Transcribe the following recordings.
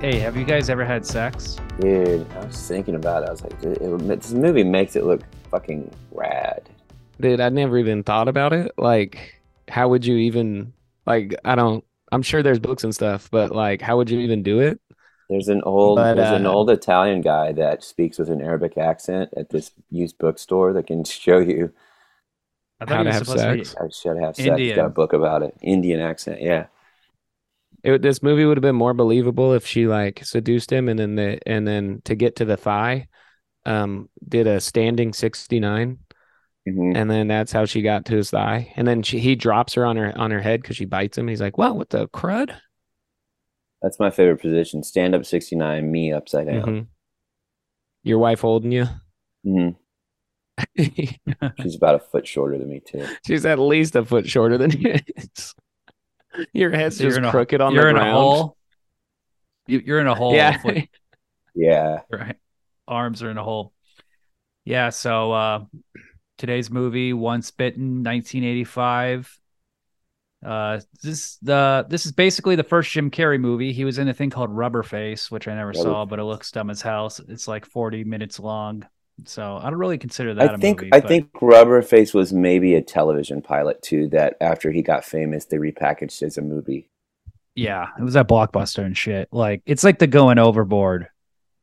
Hey, have you guys ever had sex? Dude, I was thinking about it. I was like, dude, it, this movie makes it look fucking rad. Dude, I never even thought about it. Like, how would you even like? I don't. I'm sure there's books and stuff, but like, how would you even do it? There's an old But, there's an uh, old Italian guy that speaks with an Arabic accent at this used bookstore that can show you I How thought it to was have supposed to be. sex? how should have sex. Indian. Got a book about it. Indian accent, yeah. It, this movie would have been more believable if she like seduced him and then the and then to get to the thigh, um, did a standing sixty nine, Mhm. and then that's how she got to his thigh, and then she, he drops her on her on her head because she bites him. He's like, "Wow, what the crud?" That's my favorite position. Stand up sixty nine, me upside down. Mhm. Your wife holding you. Mm-hmm. Mhm. She's about a foot shorter than me too. She's at least a foot shorter than his. Your head's So you're just in a- crooked on you're the in ground. a hole. You, you're in a hole. Yeah. with- Yeah. right. Arms are in a hole. Yeah. So uh, today's movie, Once Bitten, 1985. Uh, this the this is basically the first Jim Carrey movie. He was in a thing called Rubber Face, which I never saw, but it looks dumb as hell. It's like 40 minutes long, so I don't really consider that. I a think movie, I but- think Rubber Face was maybe a television pilot too. That after he got famous, they repackaged as a movie. yeah, it was at Blockbuster and shit. Like it's like the going overboard,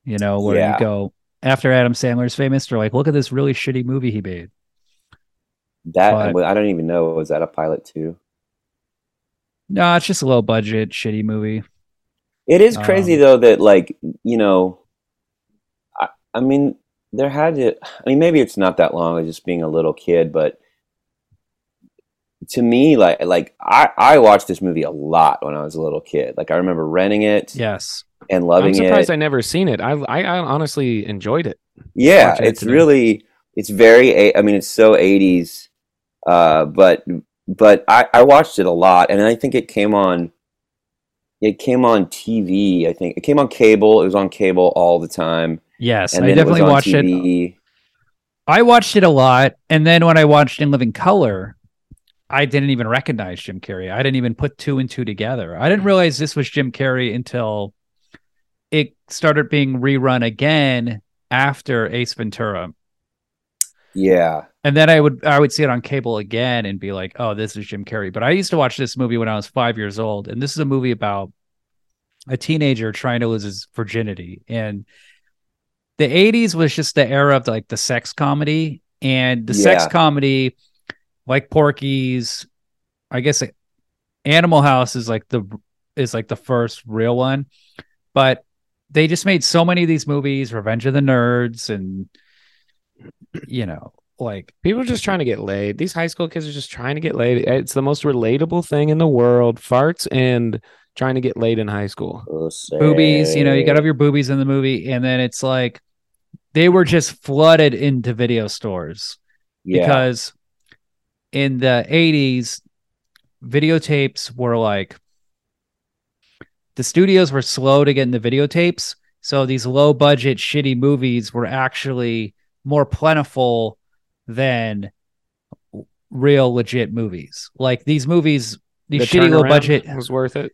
you know, where Yeah. you go after Adam Sandler's famous. They're like, look at this really shitty movie he made. That But- I don't even know. Was that a pilot too? No, it's just a low budget shitty movie. It is crazy Um, though that like you know, I, I mean there had to. I mean maybe it's not that long. It's just being a little kid, but to me like like I I watched this movie a lot when I was a little kid. Like I remember renting it Yes, and I'm loving surprised it. I never seen it. I, I I honestly enjoyed it. yeah, watching it it's today. really it's very. a- I mean it's so eighties, uh, but but I I watched it a lot, and I think it came on. It came on TV. I think it came on cable. It was on cable all the time. yes, and I then it was definitely on watched it. TV. I watched it a lot, and then when I watched In Living Color, I didn't even recognize Jim Carrey. I didn't even put two and two together. I didn't realize this was Jim Carrey until it started being rerun again after Ace Ventura. Yeah, And then I would I would see it on cable again and be like, "Oh, this is Jim Carrey." But I used to watch this movie when I was 5 years old, and this is a movie about a teenager trying to lose his virginity. And the 80s was just the era of like the sex comedy and the sex Yeah. comedy like Porky's I guess like, Animal House is like the is like the first real one. But they just made so many of these movies, Revenge of the Nerds and you know, like People are just trying to get laid. These high school kids are just trying to get laid. It's the most relatable thing in the world. Farts and trying to get laid in high school. Oh, boobies. You know, you got to to. have your boobies in the movie, and then it's like they were just flooded into video stores Yeah, because in the '80s, videotapes were like the studios were slow to get in the videotapes, so these low budget, shitty movies were actually more plentiful than real legit movies. Like these movies, these The shitty low turnaround budget was worth it.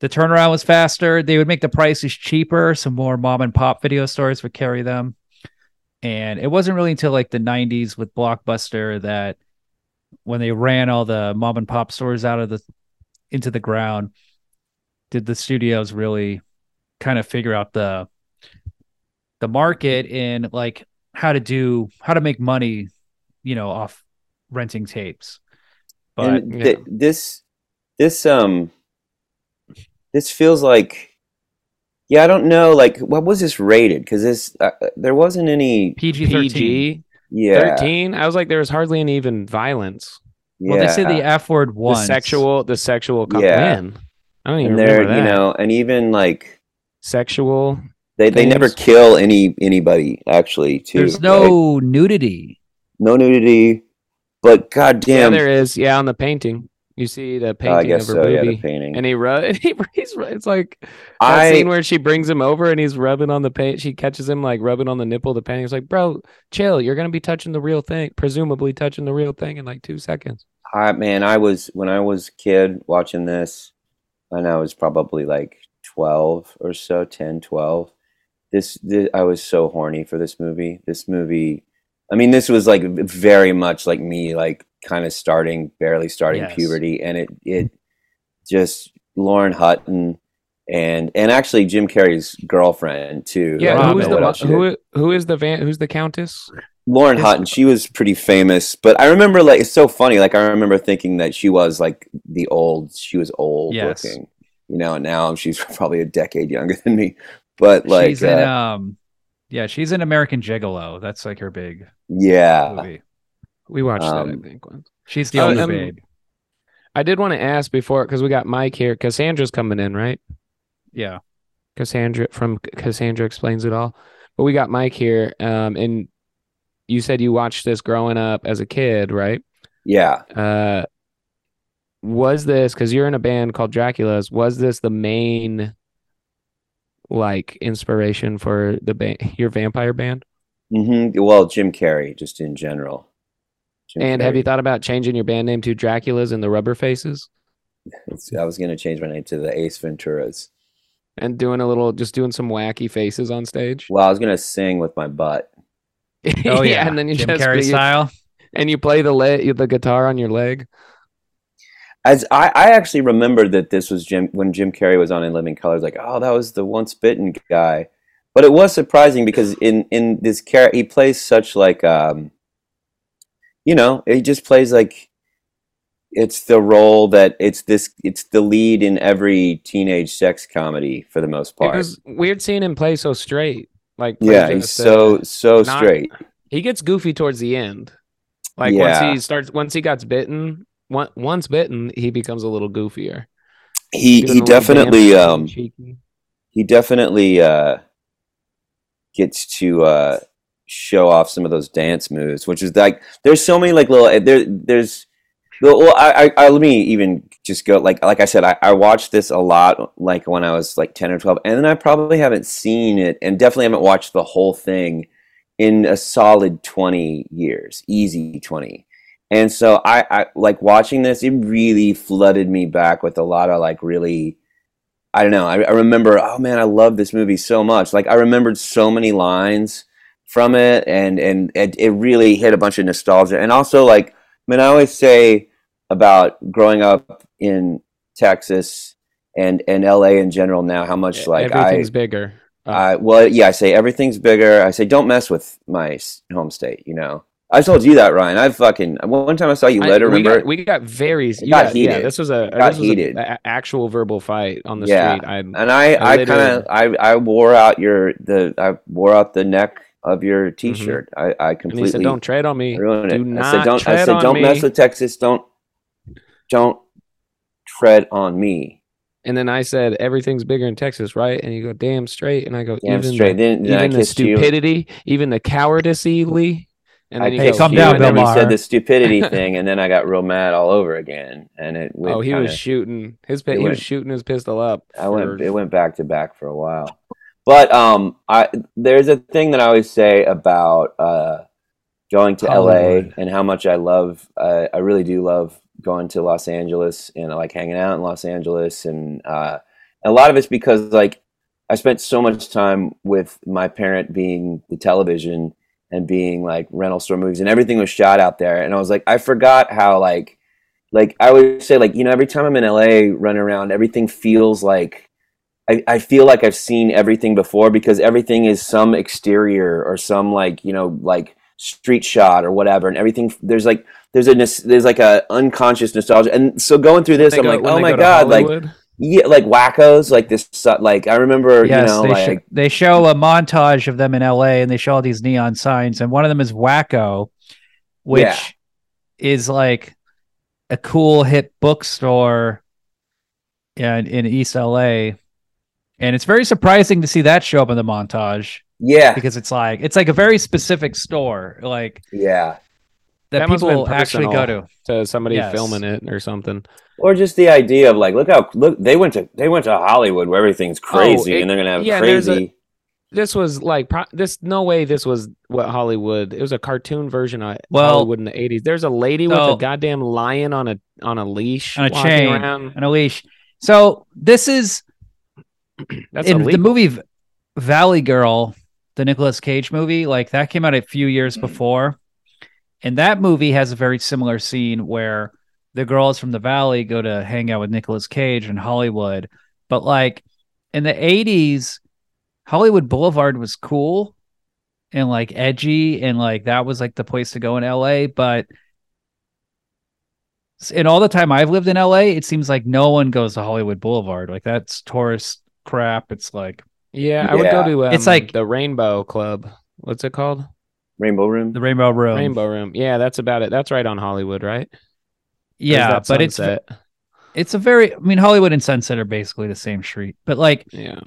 the turnaround was faster. They would make the prices cheaper. Some more mom and pop video stores would carry them. And it wasn't really until like the 90s with Blockbuster that when they ran all the mom and pop stores out of the into the ground, did the studios really kind of figure out the the market and like how to do how to make money, you know, off renting tapes. But and yeah. th- this this um this feels like yeah I don't know like what was this rated because this uh, uh, there wasn't any PG thirteen. PG yeah thirteen. I was like, there was hardly any even violence. yeah Well, they say the F word The once. sexual, the sexual. Com- Yeah. Man, I don't even and there remember that. you know and even like sexual. they they never Things. kill any anybody actually too There's right? no nudity. no nudity but Yeah, goddamn there is. Yeah, on the painting, you see Oh, the um, I painting guess of her so yeah boobie, the painting and he rub. He, he's ru- it's like that I scene where she brings him over and he's rubbing on the paint. She catches him like rubbing on the nipple. of The painting It's like, bro, chill. You're gonna be touching the real thing, presumably touching the real thing in like two seconds. I man, I was when I was a kid watching this, and I was probably like 12 or so, 10, 12. This, this I was so horny for this movie. This movie, I mean, this was like very much like me, like kind of starting, barely starting Yes. puberty, and it it just Lauren Hutton and and actually Jim Carrey's girlfriend too. Yeah, I who Robin. is don't know the what mo- else she did. who who is the van? Who's the countess? Lauren Is- Hutton, she was pretty famous, but I remember like it's so funny. Like I remember thinking that she was like the old, she was old Yes. looking, you know. And now she's probably a decade younger than me. But like, she's uh, in um, yeah, she's in American Gigolo. That's like her big yeah, movie. We watched that, I Um, think. Once. She's the Oh, older um, babe. I did want to ask before because we got Mike here. Cassandra's coming in, right? Yeah, Cassandra from Cassandra explains it all. But we got Mike here, um, and you said you watched this growing up as a kid, right? yeah. Uh, was this because you're in a band called Dracula's? Was this the main like inspiration for the band, your vampire band? hmm Well, Jim Carrey, just in general. Jim And have Carrey. you thought about changing your band name to Dracula's and the Rubber Faces It's- I was gonna change my name to the Ace Venturas. and doing a little, just doing some wacky faces on stage? Well, I was gonna sing with my butt. oh yeah, and then you Jim just Carrey you- style. and you play the le- the guitar on your leg. As I, I actually remembered that this was Jim when Jim Carrey was on In Living Color. I was like, oh, that was the once bitten guy. But it was surprising because in in this character, he plays such like um, you know, he just plays like it's the role that it's this it's the lead in every teenage sex comedy for the most It part. was weird seeing him play so straight. Like play yeah, he's just, so uh, so not- straight. he gets goofy towards the end. Like Yeah. once he starts, once he gets bitten, one, once bitten, he becomes a little goofier. He he Doing a little definitely dance, um cheeky. he definitely uh, gets to uh, show off some of those dance moves, which is like there's so many like little there there's well I, I, I let me even just go like like I said I, I watched this a lot like when I was like ten or twelve and then I probably haven't seen it and definitely haven't watched the whole thing in a solid twenty years easy twenty and so I, I like watching this it really flooded me back with a lot of like really I don't know. I, I remember, oh man, I love this movie so much. Like I remembered so many lines from it, and and it, it really hit a bunch of nostalgia. And also, like, I mean, I always say about growing up in Texas and and LA in general now, how much like I everything's bigger. Uh, I well, yeah, I say everything's bigger. I say don't mess with my s- home state. You know, I told you that, Ryan. I fucking one time I saw you I- later. we Remember? got, we got very you got got- Yeah, heated. this was a got this was a- heated. a- actual verbal fight on the Yeah. street. I'm, and I, I I, kind of, I, I wore out your the, I wore out the neck of your T-shirt. I, I Mm-hmm. and he said, completely "Don't tread on me." ruined do it. I not said, don't, I tread said, on don't me." mess with Texas. Don't, don't tread on me. And then I said, "Everything's bigger in Texas, right?" And you go, "Damn straight." And I go, Damn "Even the- straight. Then, then I even the kissed you. stupidity, even the cowardice, Lee. And I then you Hey, go, kissed calm you, "You down, and and Bill then every- we Maher. said the stupidity thing, and then I got real mad all over again. And it, went Oh, he kinda, was shooting his it pit. He was went- shooting his pistol up. I went, for- it went back to back for a while. But um, I there's a thing that I always say about uh, going to Hollywood. LA and how much I love. Uh, I really do love going to Los Angeles and I like hanging out in Los Angeles, and uh, a lot of it's because like I spent so much time with my parent being the television and being like rental store movies and everything was shot out there, and I was like I forgot how like like I would say like you know every time I'm in LA running around, everything feels like I, I feel like I've seen everything before because everything is some exterior or some like you know like street shot or whatever, and everything there's like there's a nos- there's like a unconscious nostalgia, and so going through this, They I'm go- like, when oh they my go to god, like Hollywood, yeah, like wackos, like this, su- like I remember Yes, you know they, like sho- they show a montage of them in L.A. and they show all these neon signs, and one of them is Wacko, which Yeah. is like a cool hip bookstore in, in East L.A. And it's very surprising to see that show up in the montage yeah because it's like it's like a very specific store, like yeah, that, That must've been people actually go personal. to. to somebody Yes. filming it or something. or just the idea of like look how look they went to they went to Hollywood where everything's crazy Oh, it- and they're gonna have yeah, there's a- crazy. This was like pro- this. No way. This was what Hollywood. It was a cartoon version of Well- Hollywood in the eighties. There's a lady with So- a goddamn lion on a on a leash On a walking chain. around. and a leash. So this is That's in the illegal. movie V- Valley Girl, the Nicolas Cage movie, like that came out a few years Mm. before. And that movie has a very similar scene where the girls from the valley go to hang out with Nicolas Cage in Hollywood. But like in the 80s, Hollywood Boulevard was cool and like edgy and like that was like the place to go in LA, but in all the time I've lived in LA, it seems like no one goes to Hollywood Boulevard. Like that's tourist crap. It's like yeah, I would go Yeah. to. Um, It's like- the Rainbow Club. What's it called? Rainbow Room. the Rainbow Room. Rainbow Room. Yeah, that's about it. That's right on Hollywood, right? Or is Yeah, that but it's Sunset? it's a very I mean Hollywood and Sunset are basically the same street. But like yeah.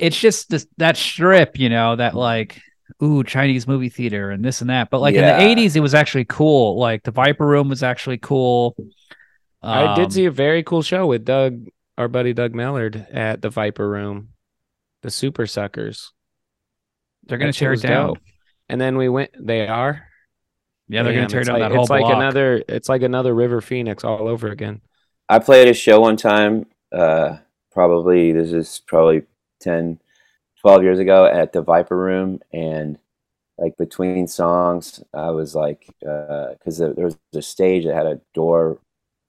it's just this that strip, you know, that like ooh Chinese movie theater and this and that. But like Yeah. in the 80s it was actually cool. Like the Viper Room was actually cool. I Um, did see a very cool show with Doug, our buddy Doug Mellard, at the Viper Room, the Super Suckers. they're going That to shit tear it was down. dope. And then we went. They are. Yeah, they're going Damn, to tear it's down like, that whole It's like block. another. It's like another River Phoenix all over again. I played a show one time, uh, probably, this is probably 10, 12 years ago at the Viper Room. And like between songs, I was like, because there there was a stage that had a door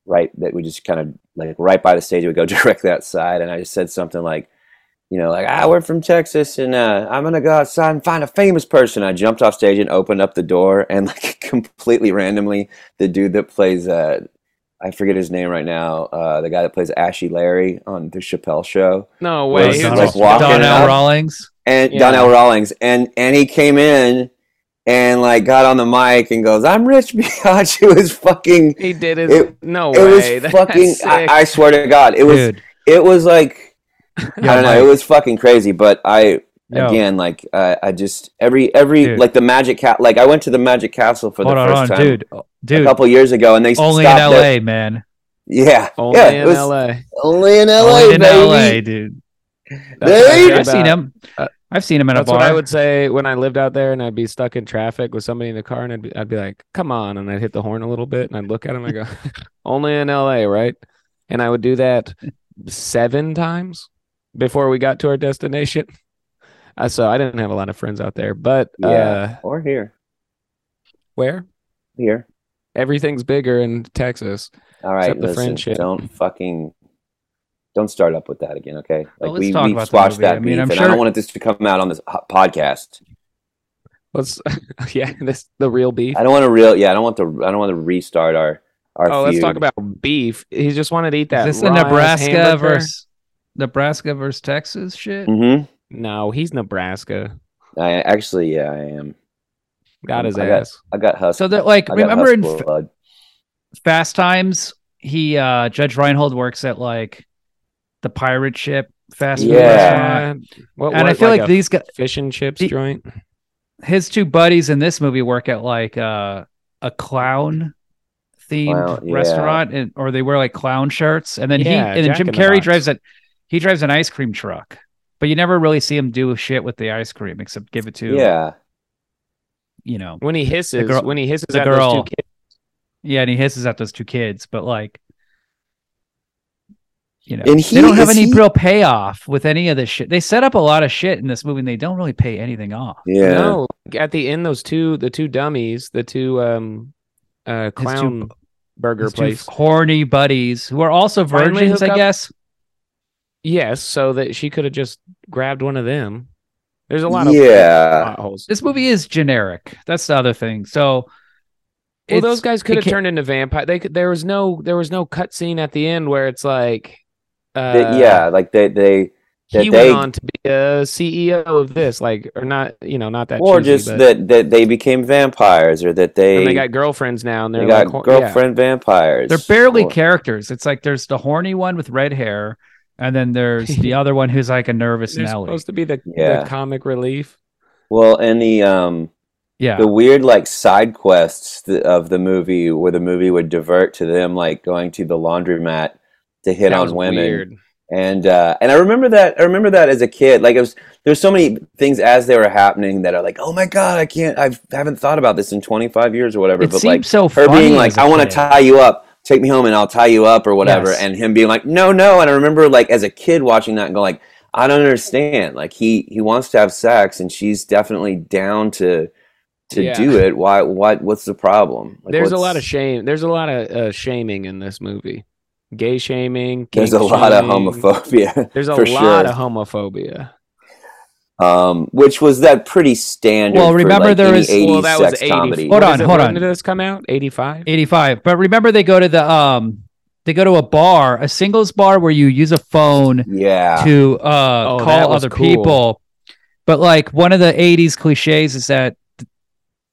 right that we just kind of like right by the stage, it would go directly outside. And I just said something like, you know, like, ah, we're from Texas and uh, I'm going to go outside and find a famous person. I jumped off stage and opened up the door. And like completely randomly, the dude that plays uh, I forget his name right now. Uh, the guy that plays Ashy Larry on the Chappelle Show, No Well, way. it's he not like was walking Donnell up. Rawlings. and Yeah. Donnell Rawlings, and and he came in and like got on the mic and goes, "I'm Rich Biatch." It was fucking. He did his. It- no It way. was That's fucking. I, sick. I swear to God, it was. Dude. It was like I Yeah, don't know. Mike. It was fucking crazy, but I Yo. again like I I just every every Dude. like the Magic Cat like I went to the Magic Castle for hold the on, first hold on, time dude, oh, a dude. couple years ago, and they Only in stopped LA, It. man. Yeah, Only yeah, it in was LA. only in LA, Only in baby. LA, dude. That's what I Dude, heard I've seen about- him. Uh, I've seen him at a That's what bar. I would say when I lived out there and I'd be stuck in traffic with somebody in the car and I'd be, I'd be like, come on. And I'd hit the horn a little bit and I'd look at him and I go, only in LA, right? And I would do that seven times before we got to our destination. Uh, so I didn't have a lot of friends out there, but uh, Yeah, or here. where here. everything's bigger in Texas. All right, Except the listen, friendship. don't fucking don't start up with that again, okay? Like Well, let's we, talk we about the squashed movie. that I mean, beef, I'm and I sure- don't want this to come out on this ho- podcast. Let's, yeah, this the real beef. I don't want to real, yeah, I don't want to, I don't want to restart our our. Oh, let's talk feud. about beef. He just wanted to eat Is that. this the raw-ass Nebraska hamburger. versus Nebraska versus Texas shit? Mhm. No, he's Nebraska. I actually, yeah, I am. Got his I got- ass. I got hustled. So that like I got remember in hustled, F- blood. Fast Times, he uh Judge Reinhold works at like the pirate ship fast food Yeah. restaurant. What, And I what, feel like, a these guys fish and chips the- joint. his two buddies in this movie work at like uh, a clown themed Clown, yeah. restaurant and or they wear like clown shirts and then Yeah, he and then Jack Jim in the Carrey Box. drives it he drives an ice cream truck but you never really see him do shit with the ice cream except give it to yeah, you know When he hisses, girl- when he hisses the at girl. those two kids, yeah and he hisses at those two kids but like you know And they he- don't have is any he- real payoff with any of this shit they set up a lot of shit in this movie and they don't really pay anything off yeah. no, at the end, those two, the two dummies, the two um, uh, two- clown burger These two place. horny buddies who are also Finally virgins hook i up. guess yes, so that she could have just grabbed one of them. There's a lot of yeah. potholes. this movie is generic. That's the other thing. So, Well, it's- those guys could it have ca- turned into vampire. They could, there was no there was no cutscene at the end where it's like, uh, They- yeah, like they they that he they- went on to be a CEO of this, like, or not, you know, not that, or cheesy, just but- that that they became vampires or that they and they got girlfriends now, and they they're got like, ho- yeah. girlfriend vampires. they're barely Or- characters. It's like there's the horny one with red hair, and then there's the other one who's like a nervous They're Nelly. supposed to be the, Yeah. the comic relief. well, and the um. yeah. the weird like side quests th- of the movie where the movie would divert to them like going to the laundromat to hit That was on women weird. and uh, and I remember that I remember that as a kid like it was there's so many things as they were happening that are like oh my god I can't I've, I haven't thought about this in 25 years or whatever it but seems like so her funny. being like as a I want to kid. tie you up take me home and I'll tie you up or whatever Yes. and him being like no no and I remember like as a kid watching that and going like I don't understand. Like he he wants to have sex, and she's definitely down to to Yeah. do it. Why? What? What's the problem? Like, There's a lot what's- of shame. There's a lot of uh, shaming in this movie. Gay shaming. there's a kink lot of shaming. homophobia. There's a for lot sure. of homophobia. um, which was that pretty standard. Well, for, remember like, there any was- 80s well, that sex was 80. comedy. Hold What on, is it? hold when on. Did this come out? 85. 85. But remember they go to the um they go to a bar, a singles bar where you use a phone Yeah, to uh Oh, that call was other cool. people. But like one of the 80s clichés is that th-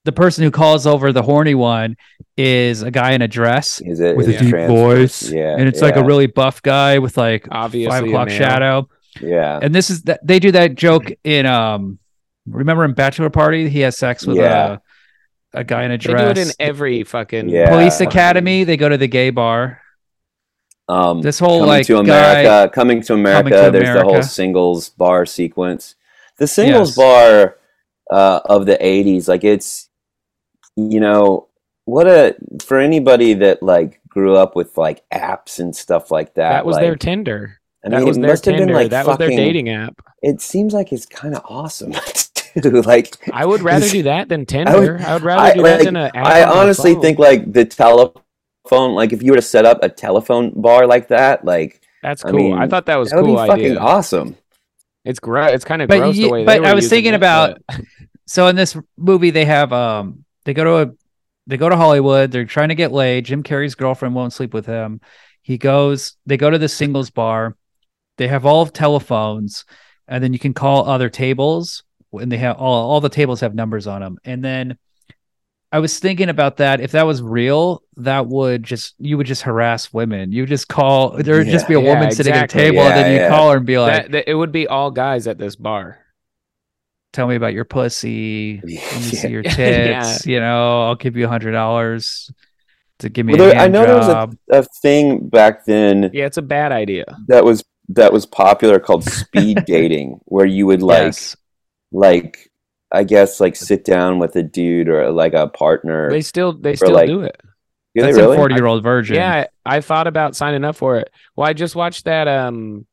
the person who calls over the horny one is a guy in a dress is it with is a it deep trans- voice. Yeah, and it's like a yeah, really buff guy with like Obviously, five a o'clock male. shadow. yeah. And this is that they do that joke in um remember in Bachelor Party he has sex with Yeah. a a guy in a They dress. do it in every fucking. Yeah. Police Yeah. Academy, they go to the gay bar. Um, This whole Oh, coming like to guy, America, coming to America. to there's the whole America. singles bar sequence. The Yes. singles bar uh, of the '80s, like it's, you know, what a for anybody that like grew up with like apps and stuff like that. That was like, their Tinder. I That mean, was it their must have Tinder. been like that was fucking. their dating app. It seems like it's kind of awesome too. Like I would rather do that than Tinder. I would- would, rather I- do like, that than an app. I on my honestly phone. think like the telephone, like if you were to set up a telephone bar like that, like that's I cool. I, mean, thought that was that would cool be fucking idea. awesome. It's gross. It's kind of But gross ye- the way. they but were I was using thinking it, about- but- so in this movie they have um they go to a they go to Hollywood, they're trying to get laid. Jim Carrey's girlfriend won't sleep with him. He goes, they go to the singles bar, they have all telephones, and then you can call other tables and they have all all the tables have numbers on them. And then I was thinking about that. If that was real, that would just you would just harass women. You would just call there would just be Yeah. a Yeah, woman sitting at a exactly. table, and Yeah, then you yeah. call her and be like, that, that- it would be all guys at this bar. "Tell me about your pussy. Let me see Yeah. your tits. Yeah. You know, I'll give you a hundred dollars to give me Well, a there- I hand know there was job." A thing back then Yeah, it's a bad idea. that was that was popular called speed dating, where you would like yes. like I guess like sit down with a dude or like a partner. They still they still like, do it. Do they That's really? a forty-year-old virgin. Yeah, I, I thought about signing up for it. Well, I just watched that. Um,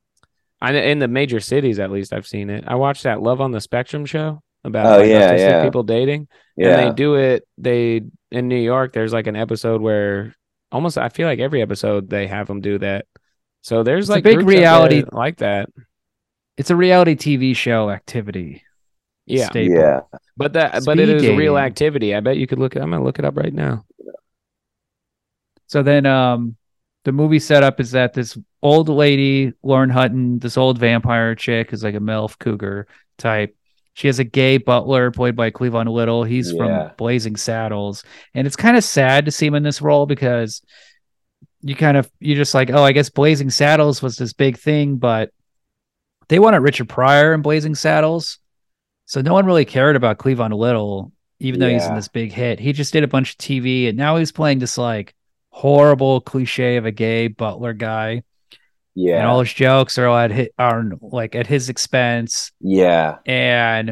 I know in the major cities at least I've seen it. I watched that Love on the Spectrum show about Oh, like, yeah, autistic yeah. people dating. And yeah. they do it. They in New York, there's like an episode where almost I feel like every episode they have them do that. So there's It's a like big groups out there reality- like that. it's a reality TV show activity. Yeah, staple. Yeah. but that but it speed is a real dating. activity. I bet you could look. it- I'm gonna look it up right now. So then, um, the movie setup is that this old lady, Lauren Hutton, this old vampire chick, is like a MILF cougar type. She has a gay butler played by Cleavon Little. He's Yeah. from Blazing Saddles, and it's kind of sad to see him in this role because you kind of you're just like, oh, I guess Blazing Saddles was this big thing, but they wanted Richard Pryor in Blazing Saddles, so no one really cared about Cleavon Little, even though he's in Yeah. this big hit. He just did a bunch of TV, and now he's playing this like horrible cliche of a gay butler guy, Yeah. and all his jokes are all at his, are like at his expense. yeah. And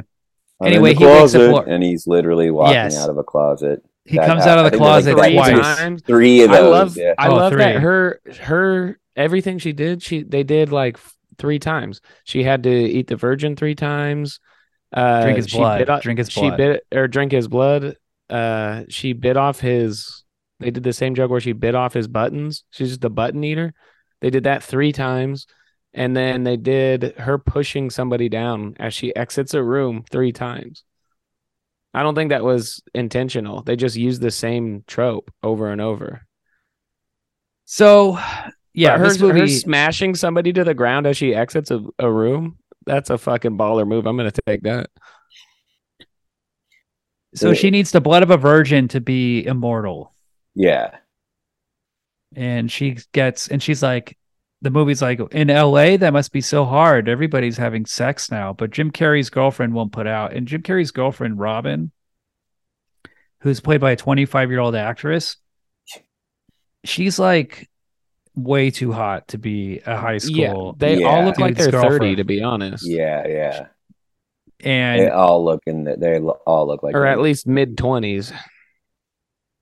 I'm in Anyway, the he wakes up closet, Lor- and he's literally walking Yes. out of a closet. he That comes hap- out of I the think that, like, closet right twice. now- times. Three of I those. love yeah. I Oh, love that three. her her everything she did. She they did like f- three times. She had to eat the virgin three times. Uh, Drink his she blood. bit o- Drink his she blood. bit or drink his blood. Uh, she bit off his. They did the same joke where she bit off his buttons. She's the button eater. They did that three times, and then they did her pushing somebody down as she exits a room three times. I don't think that was intentional. They just used the same trope over and over. So yeah, But her, this movie. her smashing somebody to the ground as she exits a, a room. That's a fucking baller move. I'm gonna take that. so she needs the blood of a virgin to be immortal. Yeah. and she gets and she's like the movie's like in LA that must be so hard everybody's having sex now but Jim Carrey's girlfriend won't put out and Jim Carrey's girlfriend Robin who's played by a 25 year old actress she's like way too hot to be a high Yeah, school they Yeah. all look like Dude's they're thirty, girlfriend. to be honest, Yeah. Yeah. and They all look in. The, they lo- all look like. or at that. least mid twenties.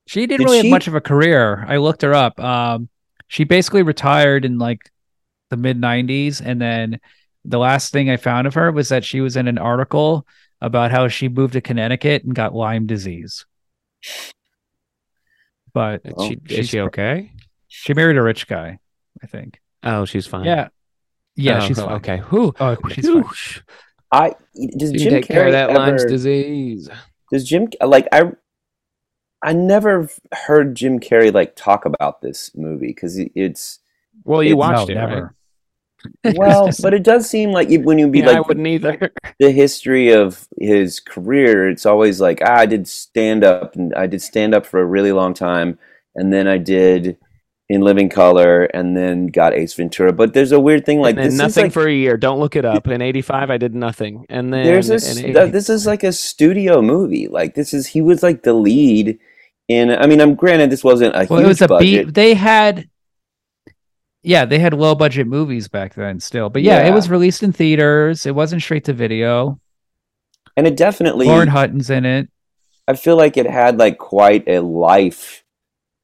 She didn't Did really she- have much of a career. I looked her up. Um, she basically retired in like the mid '90s, and then the last thing I found of her was that she was in an article about how she moved to Connecticut and got Lyme disease. But Is Oh, she, is she's she pr- okay? she married a rich guy, I think. Oh, she's fine. Yeah. Yeah, Oh, she's oh, fine. okay. Who? Oh, she's fine. I does You Jim take Carrey care of that ever, Lyme's disease. Does Jim like I? I never heard Jim Carrey like talk about this movie because it's Well, you It's- watched No, it, right? never. well, but it does seem like you- when you be Yeah, I like wouldn't either. the history of his career, it's always like ah, I did stand up and I did stand up for a really long time, and then I did in Living Color, and then got Ace Ventura. But there's a weird thing like and this then is nothing like for a year. Don't look it up. In '85, I did nothing, and then there's in a s- 80 th- this is like a studio movie. Like this is he was like the lead in. I mean, I'm granted this wasn't a Well, huge it was a budget. B. They had, yeah, they had low budget movies back then still. But yeah, it Yeah. was released in theaters. It wasn't straight to video. and it definitely Lauren Hutton's in it. I feel like it had like quite a life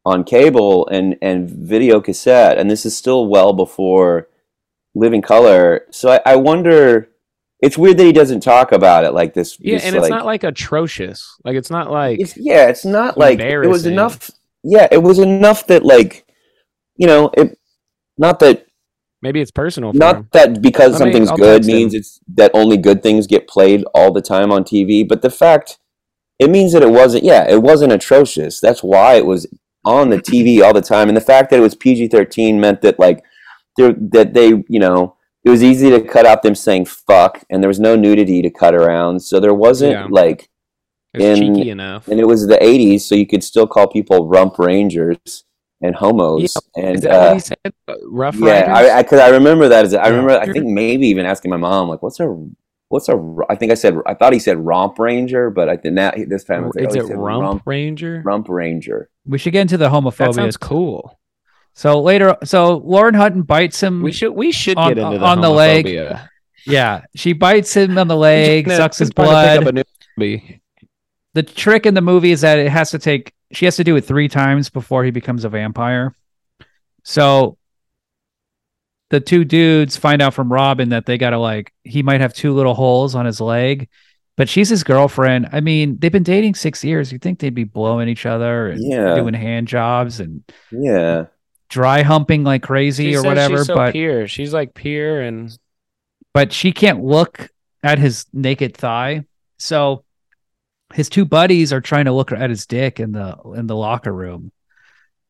on cable and and video cassette, and this is still well before Living Color. So I, I wonder. It's weird that he doesn't talk about it like this. yeah, this, and it's not like atrocious. Like it's not like it's, yeah, it's not like it was embarrassing. enough. Yeah, it was enough that like, you know, it not that maybe it's personal. For him. not that because I mean, something's I'll good text means him. it's that only good things get played all the time on TV, but the fact it means that it wasn't yeah, it wasn't atrocious. That's why it was on the TV all the time. And the fact that it was PG thirteen meant that like there that they, you know, it was easy to cut out them saying fuck and there was no nudity to cut around. So there wasn't Yeah. like It's in- cheeky enough. and it was the eighties, so you could still call people rump rangers and homos. and Is that uh, what he said? Uh, Rough yeah, Riders? I because I, remember that. As, I Yeah. remember, I think maybe even asking my mom, like, "What's a, what's a?" r- I think I said I thought he said Romp Ranger, but I did not. This time, I was like, is oh, he it said Rump, Ranger? Rump Ranger. We should get into the That homophobia. sounds cool. So later, so Lauren Hutton bites him. We should we should Hmm. On- get into the on the leg. homophobia. yeah, she bites him on the leg, Just sucks his trying to pick blood. up a new movie. the trick in the movie is that it has to take she has to do it three times before he becomes a vampire so the two dudes find out from robin that they gotta like he might have two little holes on his leg but she's his girlfriend i mean they've been dating six years you'd think they'd be blowing each other and Yeah. doing hand jobs and Yeah, dry humping like crazy She or says whatever She's so but pure. She's like pure and but she can't look at his naked thigh. So his two buddies are trying to look at his dick in the in the locker room.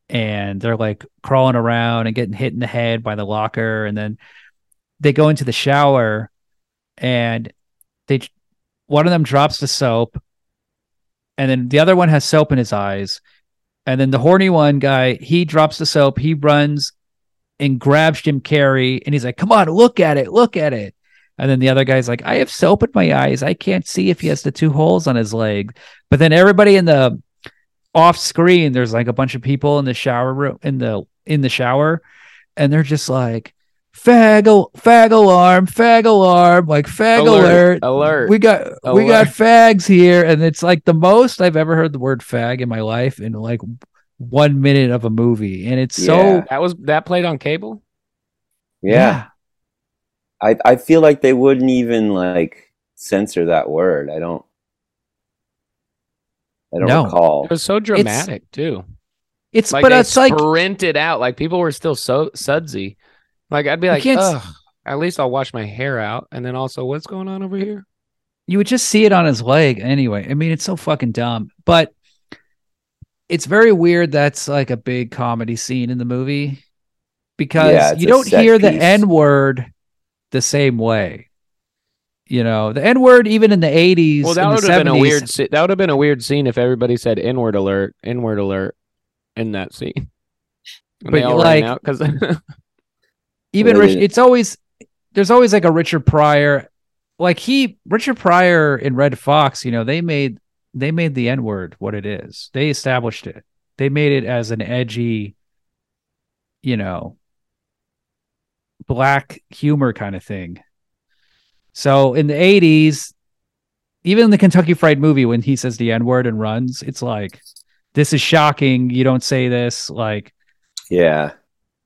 And they're like crawling around and getting hit in the head by the locker and then they go into the shower and they one of them drops the soap and then the other one has soap in his eyes. And then the horny one guy, he drops the soap, he runs and grabs Jim Carrey and he's like, Come on, look at it, look at it. And then the other guy's like, I have soap in my eyes. I can't see if he has the two holes on his leg. But then everybody in the off screen, there's like a bunch of people in the shower room in the in the shower, and they're just like, Fag al- fag alarm, fag alarm, like fag alert. alert. alert. We got Oh, we got fags here, and it's like the most I've ever heard the word fag in my life in like one minute of a movie, and it's so Yeah. that was that played on cable. yeah. I I feel like they wouldn't even like censor that word. I don't. I don't No. recall. It was so dramatic too. It's Like but they it's like sprinted out. Like people were still so sudsy. Like I'd be You like, can't s- Ugh, at least I'll wash my hair out. And then also, what's going on over here? you would just see it on his leg anyway. I mean, it's so fucking dumb, but it's very weird. That's like a big comedy scene in the movie because Yeah, it's you a don't set hear the piece. N word the same way. You know, the N word even in the eighties. Well, that would the have been a 70s, weird. se- That would have been a weird scene if everybody said "inward alert," "inward alert" in that scene. And they But, all like- ran out because even Well, Rich, it- it's always there's always like a Richard Pryor, like he Richard Pryor in Red Fox. You know, they made they made the N word what it is. They established it. They made it as an edgy, you know, black humor kind of thing. So in the '80s, even in the Kentucky Fried Movie, when he says the N word and runs, it's like, this is shocking. You don't say this. Like yeah,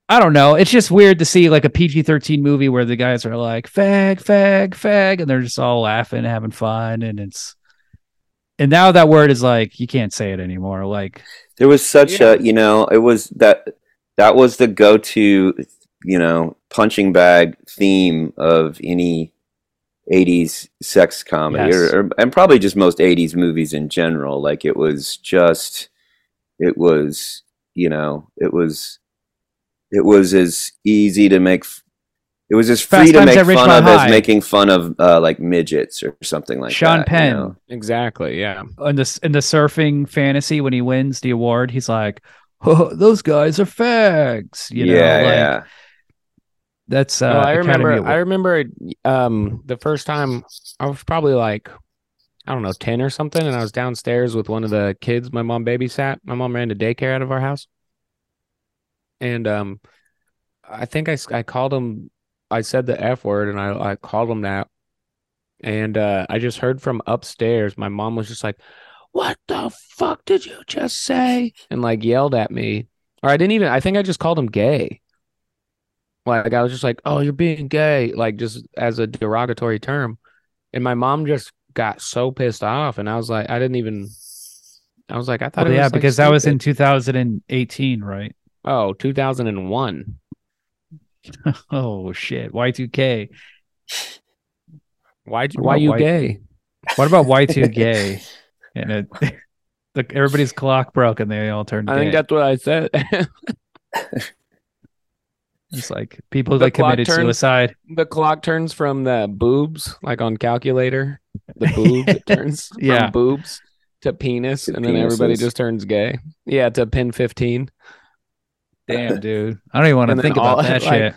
I don't know. It's just weird to see like a PG thirteen movie where the guys are like fag, fag, fag, and they're just all laughing, having fun, and it's and now that word is like you can't say it anymore. Like There was such a, you know, it was that that was the go-to, you know, punching bag theme of any 80s sex comedy Yes. or, or and probably just most 80s movies in general. Like it was just it was, you know, it was it was as easy to make f- it was as Fast free to Times make at fun Ridgemont of High. as making fun of uh, like midgets or something like Sean that. you Penn. know? Exactly. Yeah. in the in the surfing fantasy when he wins the award, he's like, oh, "Those guys are fags," you know. yeah, like, yeah. That's uh, No, I remember. Academy Award- I remember. Um, the first time I was probably like, I don't know, ten or something, and I was downstairs with one of the kids my mom babysat. My mom ran to daycare out of our house, and um, I think I s- I called him. I said the f word, and I I called him that, and uh, I just heard from upstairs. My mom was just like, "What the fuck did you just say?" and like yelled at me. Or I didn't even. I think I just called him gay. Like I was just like, "Oh, you're being gay," like just as a derogatory term. And my mom just got so pissed off, and I was like, I didn't even. I was like, I thought Well, it yeah, was like, because that was in stupid. 2018, right? oh 2001. Oh shit, Y2K. Why What why about you white- gay? What about Y2K? and it, look, everybody's clock broke and they all turned. I think gay. that's what I said. it's like people the that clock committed turned- suicide. the clock turns from the boobs, like on calculator, the boobs it turns Yeah. from boobs to penis, To and then everybody penises. just turns gay. Yeah, to pin fifteen. Damn, dude, I don't even want And to then think all- about that like, shit.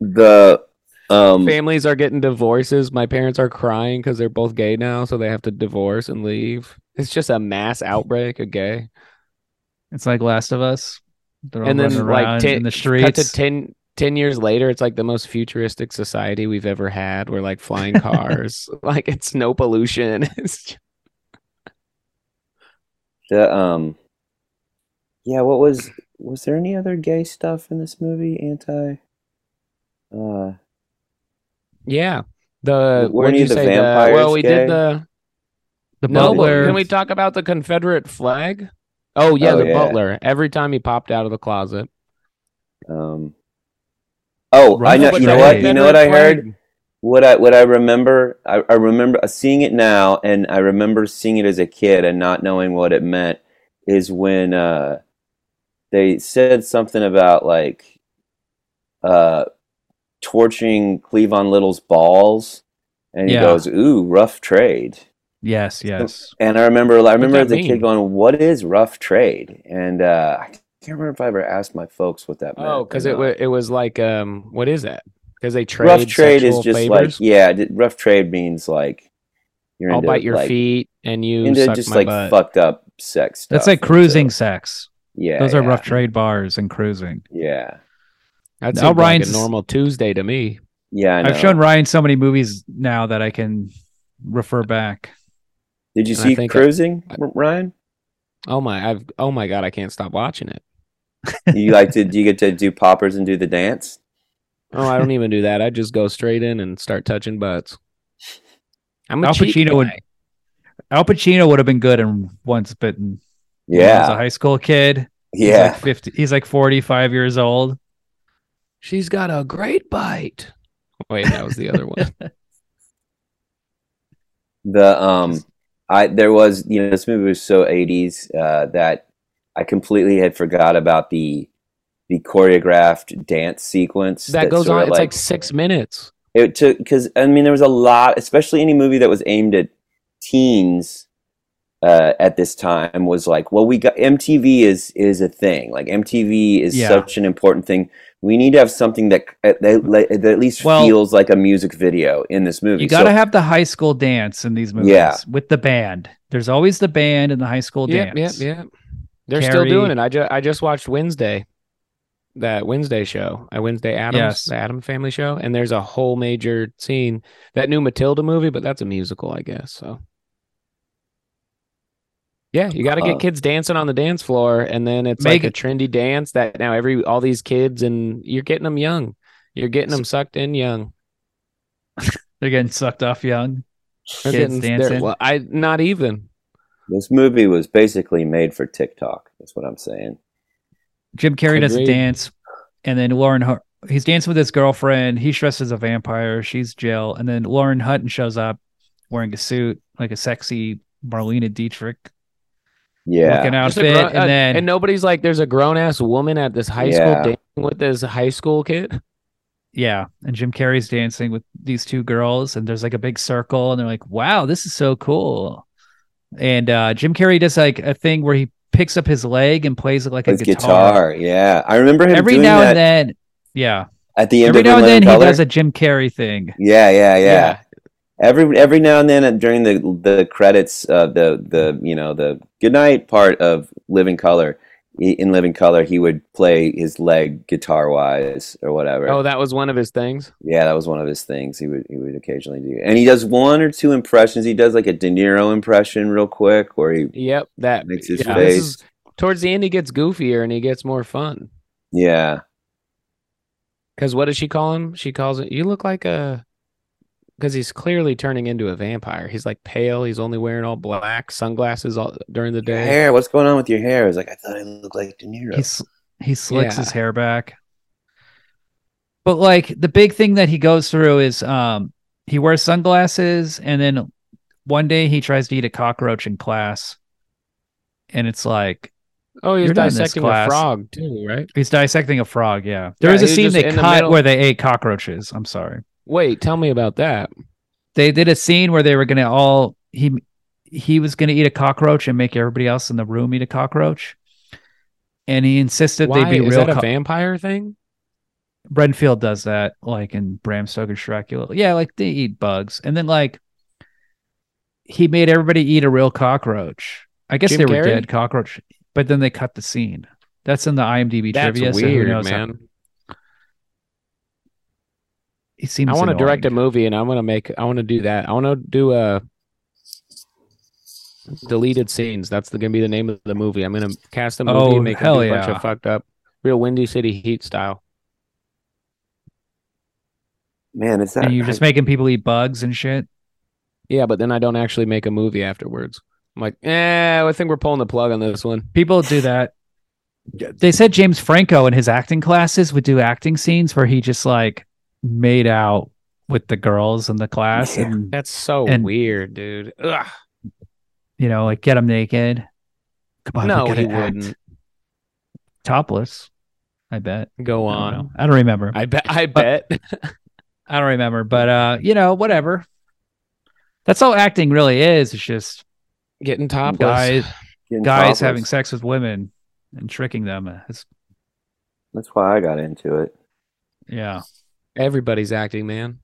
The um Families are getting divorces. My parents are crying because they're both gay now, so they have to divorce and leave. It's just a mass outbreak of gay. It's like Last of Us. They're all and running then around like ten, in the cut to streets. 10, 10 years later, it's like the most futuristic society we've ever had. We're like flying cars, like it's no pollution. It's just, The um, yeah. What was was there any other gay stuff in this movie? Anti. Uh, yeah. The Weren't what any you of the say? the, vampires well, we gay? did the the No, but butler. can we talk about the Confederate flag? Oh yeah, Oh, the yeah. butler. Every time he popped out of the closet. um. Oh, I know. Right, You know right. what? You know what I Confederate heard. flag. What I what I remember. I, I remember uh, seeing it now, and I remember seeing it as a kid and not knowing what it meant. Is when uh, they said something about like, uh, torching Cleavon Little's balls, and he Yeah. goes, "Ooh, rough trade." yes, yes. And I remember, I remember that as a mean? kid going, "What is rough trade?" And uh, I can't remember if I ever asked my folks what that meant. Oh, or because it not. wa- it was like um, what is that? Because they trade rough trade is sexual just favors? like yeah, d- rough trade means like you're I'll into bite your like, feet and you into suck just my like butt. fucked up sex. That's stuff. like cruising sex. yeah, Those are yeah, rough trade bars and cruising. Yeah, That Now seems like a Ryan's- normal Tuesday to me. yeah. I know. I've shown Ryan so many movies now that I can refer back. Did you and I see think I- cruising, R- Ryan? Oh my! I've oh my god! I can't stop watching it. You like to? Do you get to do poppers and do the dance? Oh, I don't even do that. I just go straight in and start touching butts. I'm a Al cheap Pacino would- guy. Al Pacino would have been good in Once Bitten. When he was a Yeah, high school kid. He's yeah. like fifty. He's like forty-five years old. She's got a great bite. Wait, that was the other one. The um, I there was you know this movie was so eighties uh, that I completely had forgot about the the choreographed dance sequence That goes on. sorta It's like six minutes. it took because I mean there was a lot, especially any movie that was aimed at teens uh, at this time was like, well, we got MTV is is a thing. Like MTV is Yeah. such an important thing. We need to have something that that, that at least Well- feels like a music video in this movie. You got to So- have the high school dance in these movies Yeah. with the band. There's always the band and the high school Yep, yep, dance. yep. They're still Carrie- doing it. I just I just watched Wednesday, that Wednesday show, a Wednesday Adams, Yes. the Adam Family show, and there's a whole major scene that new Matilda movie, but that's a musical, I guess. So Yeah, you got to Uh, get kids dancing on the dance floor, and then it's Make like a it- trendy dance that now every all these kids and you're getting them young, you're getting them sucked in young. They're getting sucked off young. They're Kids getting- they're- dancing. well, I not even. This movie was basically made for TikTok. That's what I'm saying. Jim Carrey does a Agreed. dance, and then Lauren Hunt. He's dancing with his girlfriend. He's dressed as a vampire. She's Jill, and then Lauren Hutton shows up wearing a suit, like a sexy Marlena Dietrich Yeah. looking Just a outfit, grown- uh, and then and nobody's like, there's a grown ass woman at this high Yeah. school dancing with this high school kid. yeah, and Jim Carrey's dancing with these two girls, and there's like a big circle, and they're like, "Wow, this is so cool." And uh, Jim Carrey does like a thing where he picks up his leg and plays it like His a guitar. Yeah. I remember him Every doing now and that then, yeah. at the end Every of now and then Living he Color. does a Jim Carrey thing. yeah, yeah, yeah, Every every now and then uh, during the the credits, uh, the the you know the goodnight part of Living Color, he- in Living Color, he would play his leg guitar wise or whatever. Oh, that was one of his things. Yeah, that was one of his things. He would he would occasionally do, and he does one or two impressions. He does like a De Niro impression real quick, where he Yep, that makes his yeah, this face. is- towards the end he gets goofier and he gets more fun. yeah, Because what does she call him? She calls it. You look like a. Because he's clearly turning into a vampire. He's like pale. He's only wearing all black sunglasses all during the your day. hair. What's going on with your hair? It's like I thought I looked like De Niro. He sl- he slicks his Yeah. hair back. But like the big thing that he goes through is um he wears sunglasses and then one day he tries to eat a cockroach in class. And it's like Oh, he's You're not in this dissecting a class. frog too, right? he's dissecting a frog, yeah. There Yeah, was a he was scene just they in the cut middle. where they ate cockroaches. I'm sorry. Wait, tell me about that. They did a scene where they were gonna all he he was gonna eat a cockroach and make everybody else in the room eat a cockroach. And he insisted Why they be is real that a co- vampire thing? Renfield does that, like in Bram Stoker's Dracula. Yeah, like they eat bugs, and then like he made everybody eat a real cockroach. I guess Jim they were Carrey? dead cockroach, but then they cut the scene. That's in the IMDb That's trivia. so who weird, knows how- man. He seems. I want to direct a annoying. movie, and I want to make. I want to do that. I want to do a deleted scenes. That's the, gonna be the name of the movie. I'm gonna cast a movie Oh, and make hell hell a bunch yeah. of fucked up, real Windy City Heat style. Man, it's that. And you're just making people eat bugs and shit. Yeah, but then I don't actually make a movie afterwards. I'm like, eh, I think we're pulling the plug on this one. People do that. They said James Franco in his acting classes would do acting scenes where he just like made out with the girls in the class Yeah. and That's so And- weird, dude. Ugh. you know like get them naked. Come on, we No, gotta he act. wouldn't. topless. I bet. Go I don't, know. on. I don't remember. I, I bet. I bet. don't remember. But uh, you know, whatever. That's all acting really is. It's just Getting topless. guys making guys having sex with women and tricking them. It's, That's why I got into it. yeah, Everybody's acting, man.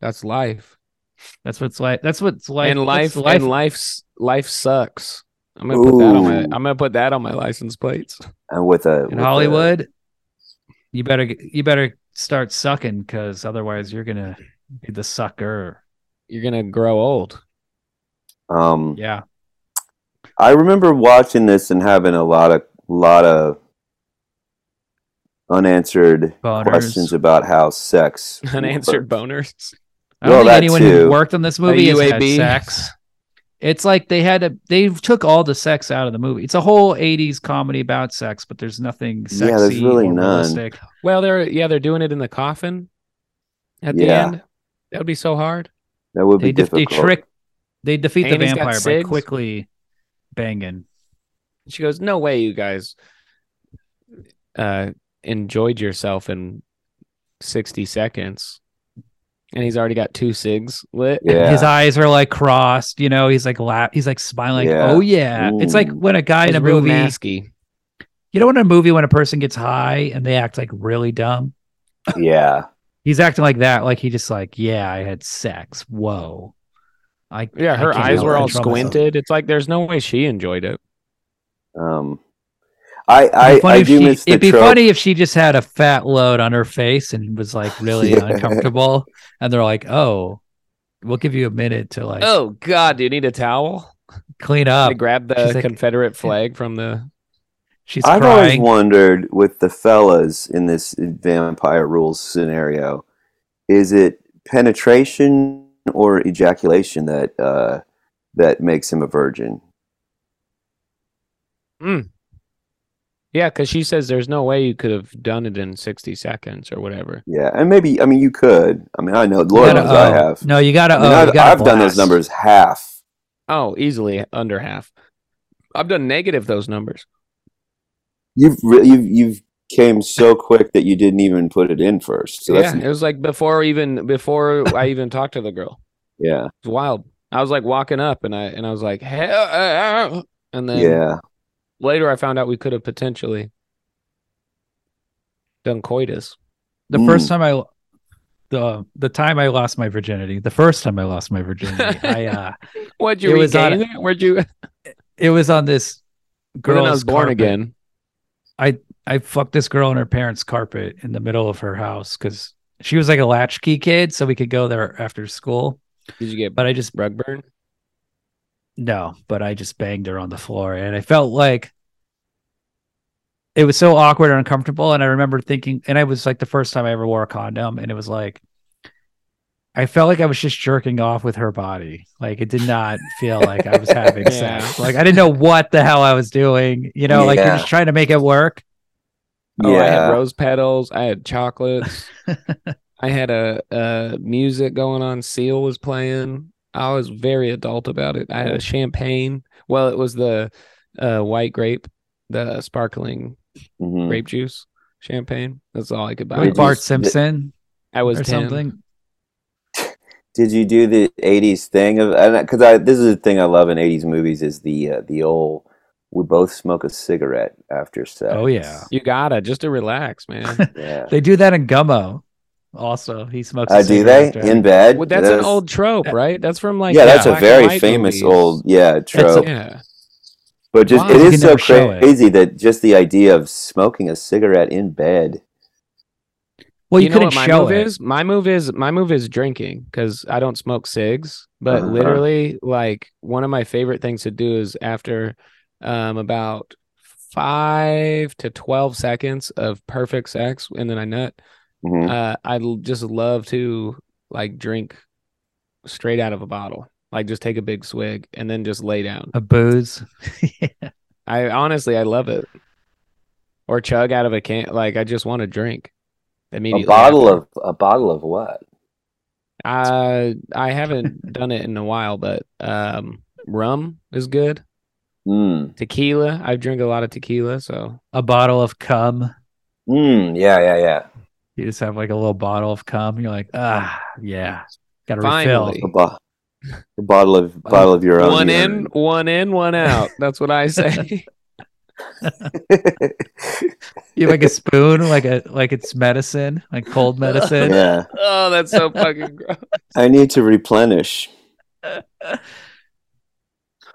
That's life. that's what's like. That's what's like. and life, that's life. and life's life sucks. I'm gonna put that on my. Ooh. I'm gonna put that on my license plates. And with a in with a- Hollywood. You better get- you better start sucking because otherwise you're gonna be the sucker. You're gonna grow old. um, Yeah, I remember watching this and having a lot of lot of unanswered boners. questions about how sex Unanswered works. boners. I don't Well, think that anyone who too. worked on this movie has had UAB. sex. It's like they had a they took all the sex out of the movie. It's a whole '80s comedy about sex, but there's nothing Yeah, sexy there's really or none. realistic. Well, they're yeah, they're doing it in the coffin. At the Yeah. end, that would be so hard. That would They, be de- they difficult. trick, they defeat And the he's got vampire by cigs. quickly banging. She goes, "No way, you guys uh, enjoyed yourself in sixty seconds." And he's already got two cigs lit. yeah. His eyes are like crossed, you know. He's like la- he's like smiling. Yeah. Oh yeah, it's like Ooh. when a guy in It's a real movie. nasty. You know, in a movie when a person gets high and they act like really dumb. yeah. He's acting like that, like he just like, yeah, I had sex. Whoa. I Yeah, her can't eyes were control all myself. squinted. It's like there's no way she enjoyed it. Um, I It'd I, be funny I if do she- miss the it'd be trope. funny if she just had a fat load on her face and was like really Yeah. uncomfortable and they're like oh we'll give you a minute to like Oh God, do you need a towel? Clean up. They grabbed the she's like- Confederate flag from the. She's I've always crying. wondered with the fellas in this vampire rules scenario, is it penetration or ejaculation that uh, that makes him a virgin? Yeah, because she says there's no way you could have done it in 60 seconds or whatever. Yeah, and maybe I mean you could. I mean I know Lord You gotta knows I owe. have. No, you gotta. I mean, owe. I've, You gotta I've done those blast. numbers half. Oh, easily under half. I've done negative those numbers. You've re- you've you've came so quick that you didn't even put it in first. So yeah, that's it was like before even before I even talked to the girl. yeah It's wild. I was like walking up and I and I was like, "Hey, uh, uh, uh," and then yeah. later I found out we could have potentially done coitus. The Mm. first time I, the the time I lost my virginity, the first time I lost my virginity, I uh, What'd you you It was on regain? Where'd you? it was on this girl's I was born carpet. again. I fucked this girl on her parents' carpet in the middle of her house because she was like a latchkey kid, so we could go there after school. Did you get But I just rug burn? No, but I just banged her on the floor and I felt like it was so awkward and uncomfortable. And I remember thinking, and it was like the first time I ever wore a condom, and it was like I felt like I was just jerking off with her body. Like it did not feel like I was having Yeah. sex. Like I didn't know what the hell I was doing. You know, like you're Yeah. just trying to make it work. Oh, I had Yeah. rose petals. I had chocolates. I had a, a music going on. Seal was playing. I was very adult about it. I had a champagne. Well, it was the uh, white grape, the sparkling Mhm. grape juice champagne. That's all I could buy. Wait, Like just- Bart the- Simpson I was or 10. something. Did you do the '80s thing of? Because I, this is the thing I love in '80s movies is the uh, the old we both smoke a cigarette after sex. Oh, yeah. You gotta just to relax, man. yeah. They do that in Gummo. Also, he smokes. a Uh, do cigarette they after. in bed? well, that's an old trope, right? That's from like yeah, the that's a black and very white famous movies. old yeah trope. Yeah, but just Wow. it You is can so never show it. crazy that just the idea of smoking a cigarette in bed. Well, you, know couldn't what my show move it. is? My move is my move is drinking because I don't smoke cigs. But Uh-huh. literally, like one of my favorite things to do is after um, about five to twelve seconds of perfect sex, and then I nut. Mhm. Uh, I l- just love to like drink straight out of a bottle. Like just take a big swig and then just lay down. A booze. I honestly I love it. Or chug out of a can. Like I just want to drink immediately. A bottle after. of a bottle of what? Uh, I haven't done it in a while, but um, rum is good. Mm. Tequila, I drink a lot of tequila, so a bottle of cum. Mm. Yeah, yeah, yeah. You just have like a little bottle of cum. You're like, ah, yeah, got to refill. finally, A, bo- a bottle of bottle of your own. one in, urine. one in, one out. That's what I say. You have like a spoon, like a like it's medicine, like cold medicine. yeah, oh, that's so fucking gross. I need to replenish.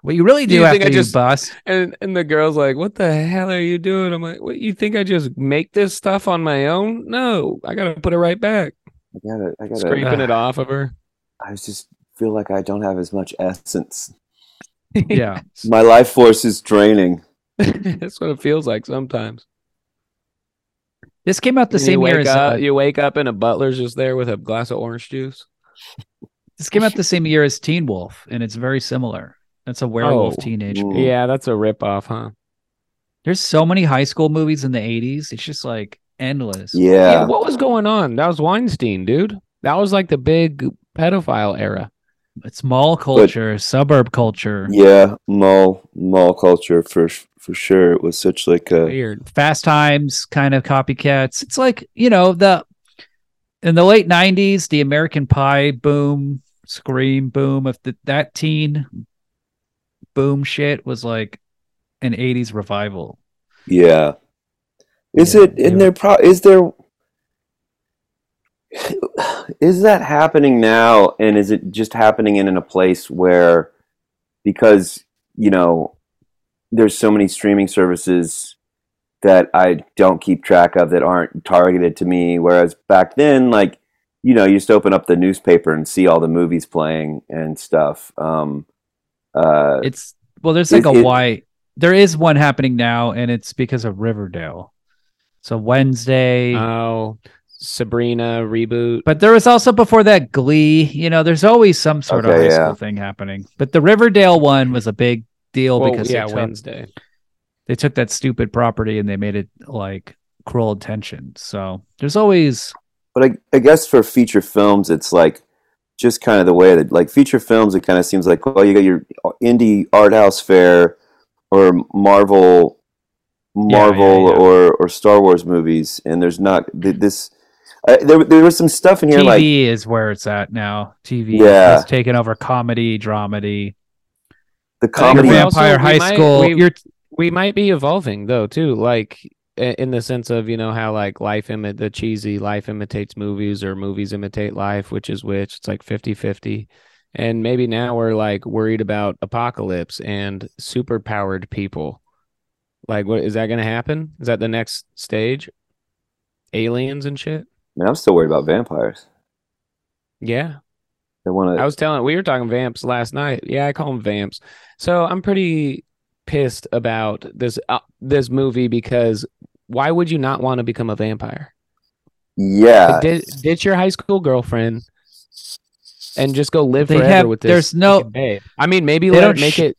What you really do You think after I you just- bust? And and the girl's like, "What the hell are you doing?" I'm like, "What? You think I just make this stuff on my own? No, I gotta put it right back, I gotta, I gotta. scraping it off of her." I just feel like I don't have as much essence. Yeah, My life force is draining. that's what it feels like sometimes. this came out the And you same year as wake up, uh, you wake up and a butler's just there with a glass of orange juice. this came out the same year as Teen Wolf, and it's very similar. That's a werewolf Oh. teenage. Mm. girl. Yeah, that's a ripoff, huh? There's so many high school movies in the '80s. It's just like endless. Yeah. Yeah. what was going on? That was Weinstein, dude. That was like the big pedophile era. It's mall culture, suburb culture. Yeah. Mall mall culture for for sure. It was such like a Weird. fast times kind of copycats it's like you know the in the late 90s the american pie boom scream boom of the, that teen boom shit was like an 80s revival yeah. Is it in yeah. there pro is there is that happening now and is it just happening in, in a place where because you know there's so many streaming services that I don't keep track of that aren't targeted to me whereas back then like you know you used to open up the newspaper and see all the movies playing and stuff um Uh, It's well, there's like It- a it- why there is one happening now, and it's because of Riverdale. So Wednesday, Uh. Oh, Sabrina reboot. but there was also before that Glee. You know, there's always some sort of Okay, high yeah. school thing happening. But the Riverdale one was a big deal Well, because yeah, they, took, Wednesday. they took that stupid property and they made it like cruel attention. So there's always but I, I guess for feature films, it's like just kind of the way that like feature films, it kind of seems like well, you got your indie art house fair or Marvel, yeah, Marvel yeah. or or Star Wars movies, and there's not th- this. I, there there was some stuff in here TV like is where it's at now. TV Yeah. has taken over comedy, dramedy, uh, the your comedy. Well, vampire also, we high might- school. we- You're We might be evolving though too, like i- in the sense of you know how like life imi- the cheesy life imitates movies or movies imitate life, which is which. It's like 50-50. And maybe now we're like worried about apocalypse and superpowered people. Like, what is that going to happen? Is that the next stage? Aliens and shit. Man, I'm still worried about vampires. Yeah. They want I to. was telling we were talking vamps last night. Yeah, I call them vamps. So I'm pretty pissed about this uh, this movie because why would you not want to become a vampire? Yeah, Uh, Like, di- ditch your high school girlfriend and just go live They forever have- with this. there's no- fucking babe. I mean, maybe They let don't it make sh- it.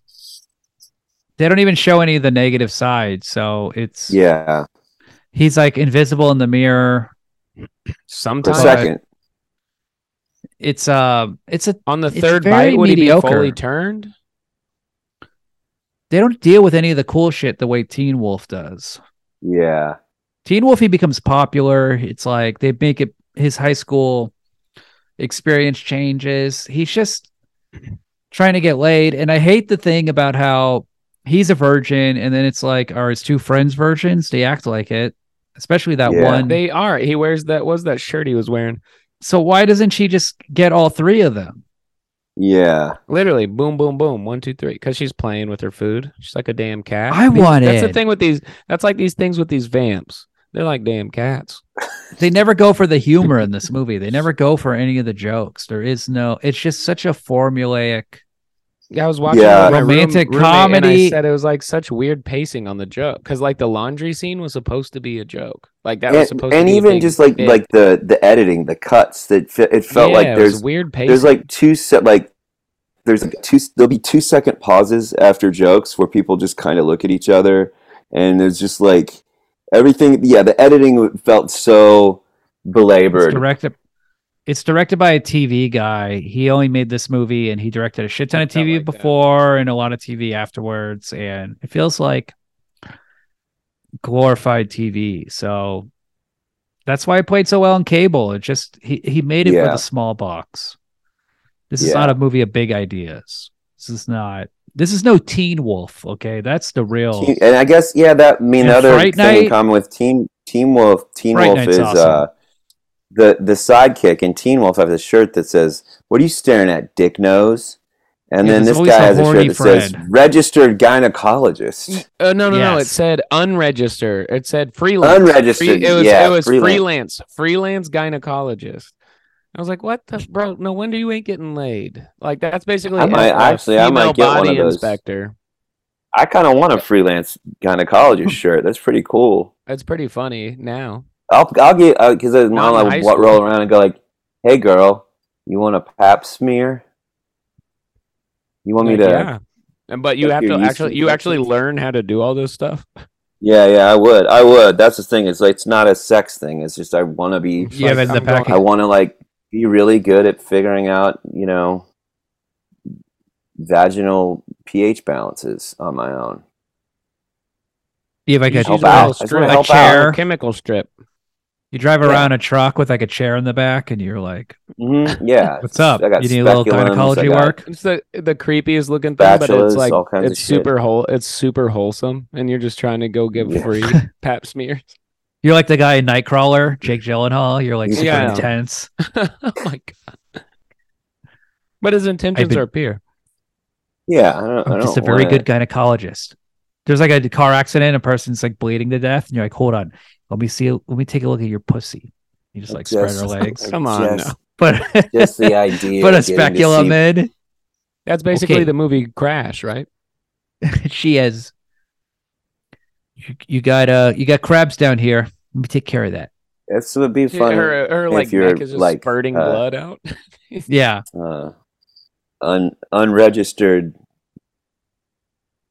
they don't even show any of the negative side. So it's yeah. he's like invisible in the mirror. For a Sometimes second, It's uh it's a on the It's third very bite, would mediocre. he be fully turned? they don't deal with any of the cool shit the way Teen Wolf does. yeah. Teen Wolf he becomes popular. It's like they make it his high school experience changes. He's just trying to get laid. And I hate the thing about how he's a virgin and then it's like are his two friends virgins? They act like it. Especially that Yeah. one. They are. He wears that. what Was that shirt he was wearing? so why doesn't she just get all three of them? Yeah, Literally, boom, boom, boom, one, two, three. Because she's playing with her food. She's like a damn cat. I want That's the it. thing with these. That's like these things with these vamps. They're like damn cats. they never go for the humor in this movie. They never go for any of the jokes. There is no. It's just such a formulaic. Yeah, I was watching Yeah. it with my room- Romantic roommate, And I comedy. said it was like such weird pacing on the joke because like the laundry scene was supposed to be a joke. Like that was and, supposed and to be a even big just like bit. like the the editing, the cuts that fe- it felt Yeah, like it was there's weird pacing. there's like two set like there's like two there'll be two second pauses after jokes where people just kind of look at each other and it's just like everything yeah the editing felt so It's belabored directed. It's directed by a TV guy. He only made this movie, and he directed a shit ton of Something TV like that. before and a lot of TV afterwards. And it feels like glorified TV. So that's why it played so well on cable. It just he he made it for Yeah. the small box. This is Yeah. not a movie of big ideas. This is not. This is no Teen Wolf. Okay, that's the real. Teen- and i guess yeah that I mean And the other Fright thing in Night- common with teen teen wolf teen Fright wolf Night's is uh awesome. the the sidekick in teen wolf has a shirt that says what are you staring at dick nose and Yeah, then there's this always guy a has a horny shirt that says Fred. registered gynecologist Uh, no, no, no. It Yes. said unregister. It said freelance. Unregistered, it was, yeah, it was freelance. freelance. freelance. gynecologist. I was like, what the bro? No wonder you ain't getting laid. Like that's basically. I might- a- a actually, I might female get one of body those. Inspector. I kind of want a freelance gynecologist shirt. That's pretty cool. It's pretty funny now. I'll I'll get because uh, mom Not in like high what school. roll around and go like, "Hey girl, you want a pap smear? You want me Like, to? yeah. And but you Like have your to yeast actually you actually infections. learn how to do all this stuff. yeah, yeah, I would, I would. That's the thing. It's like it's not a sex thing. It's just I want to be, It's Yeah, like, but the I'm going- package- I want to like be really good at figuring out, you know, vaginal pH balances on my own. You have like You a, should use Help out. little I just strip. wanna a help out. chair. chemical strip. You drive Yeah. around a truck with like a chair in the back, and you're like, hmm Yeah, "What's up? I got You need a little speculums, I gynecology got- work." It's the the creepiest looking thing, but Spatulas, it's like all kinds of it's shit. super whole. It's super wholesome, and you're just trying to go get Yeah. free pap smears. You're like the guy in Nightcrawler, Jake Gyllenhaal. You're like super Yeah. intense. oh my god! But his intentions been- are pure. Yeah, I don't. I I'm don't just a very wanna- good gynecologist. There's like a car accident, a person's like bleeding to death, and you're like, "Hold on, let me see, let me take a look at your pussy." You just like spread Just- her legs, Come on, Just, but just the idea. put a of getting to speculum see- in. That's basically Okay. the movie Crash, right? she is. You, you got uh you got crabs down here. Let me take care of that. This would be fun. her her if like you're, neck is just like, spurting uh, blood out. Yeah. uh, un, unregistered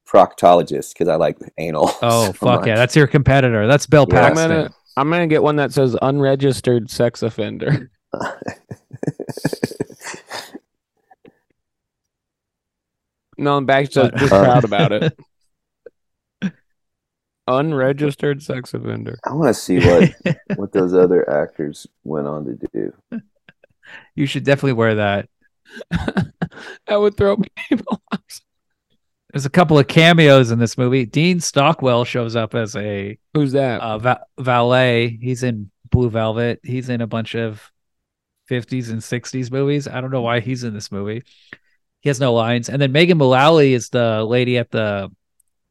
proctologist because I like anal. Oh so fuck much. yeah, that's your competitor. That's Bill Yeah. I'm Paxton. gonna I'm gonna get one that says unregistered sex offender. no, I'm back to But- just Uh, proud about it. Unregistered sex offender. I want to see what what those other actors went on to do. you should definitely wear that. that would throw people off. There's a couple of cameos in this movie. Dean Stockwell shows up as a Who's that? uh, va- valet. He's in Blue Velvet. He's in a bunch of 50s and 60s movies. I don't know why he's in this movie. He has no lines. And then Megan Mullally is the lady at the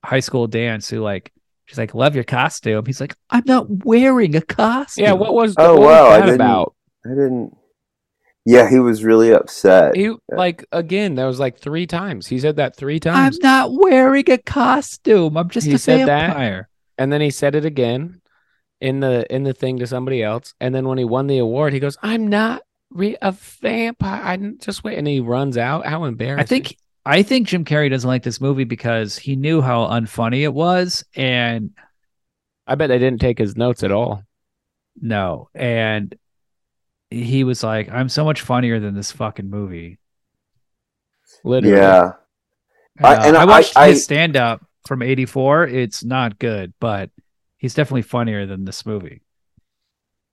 high school dance who like she's like, "Love your costume." He's like, "I'm not wearing a costume." yeah, what was Oh, what was wow, I that didn't- about? I didn't. Yeah, he was really upset. He like again, that was like three times. He said that three I'm times. not wearing a costume. I'm just He a said that? vampire. and then he said it again in the in the thing to somebody else and then when he won the award he goes i'm not re- a vampire i didn't- just wait and he runs out how embarrassing I think I think Jim Carrey doesn't like this movie because he knew how unfunny it was and i bet they didn't take his notes at all No. And he was like, I'm so much funnier than this fucking movie. literally yeah, I- Uh, and I I- watched I- his stand up from 84. It's not good, but he's definitely funnier than this movie.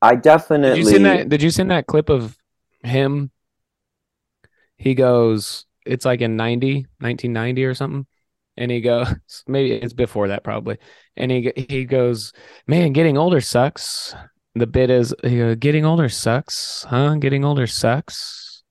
I did definitely. you send that did you send that clip of him he goes it's like in 90 1990 or something and he goes maybe it's before that probably and he he goes man getting older sucks the bit is he goes, getting older sucks huh getting older sucks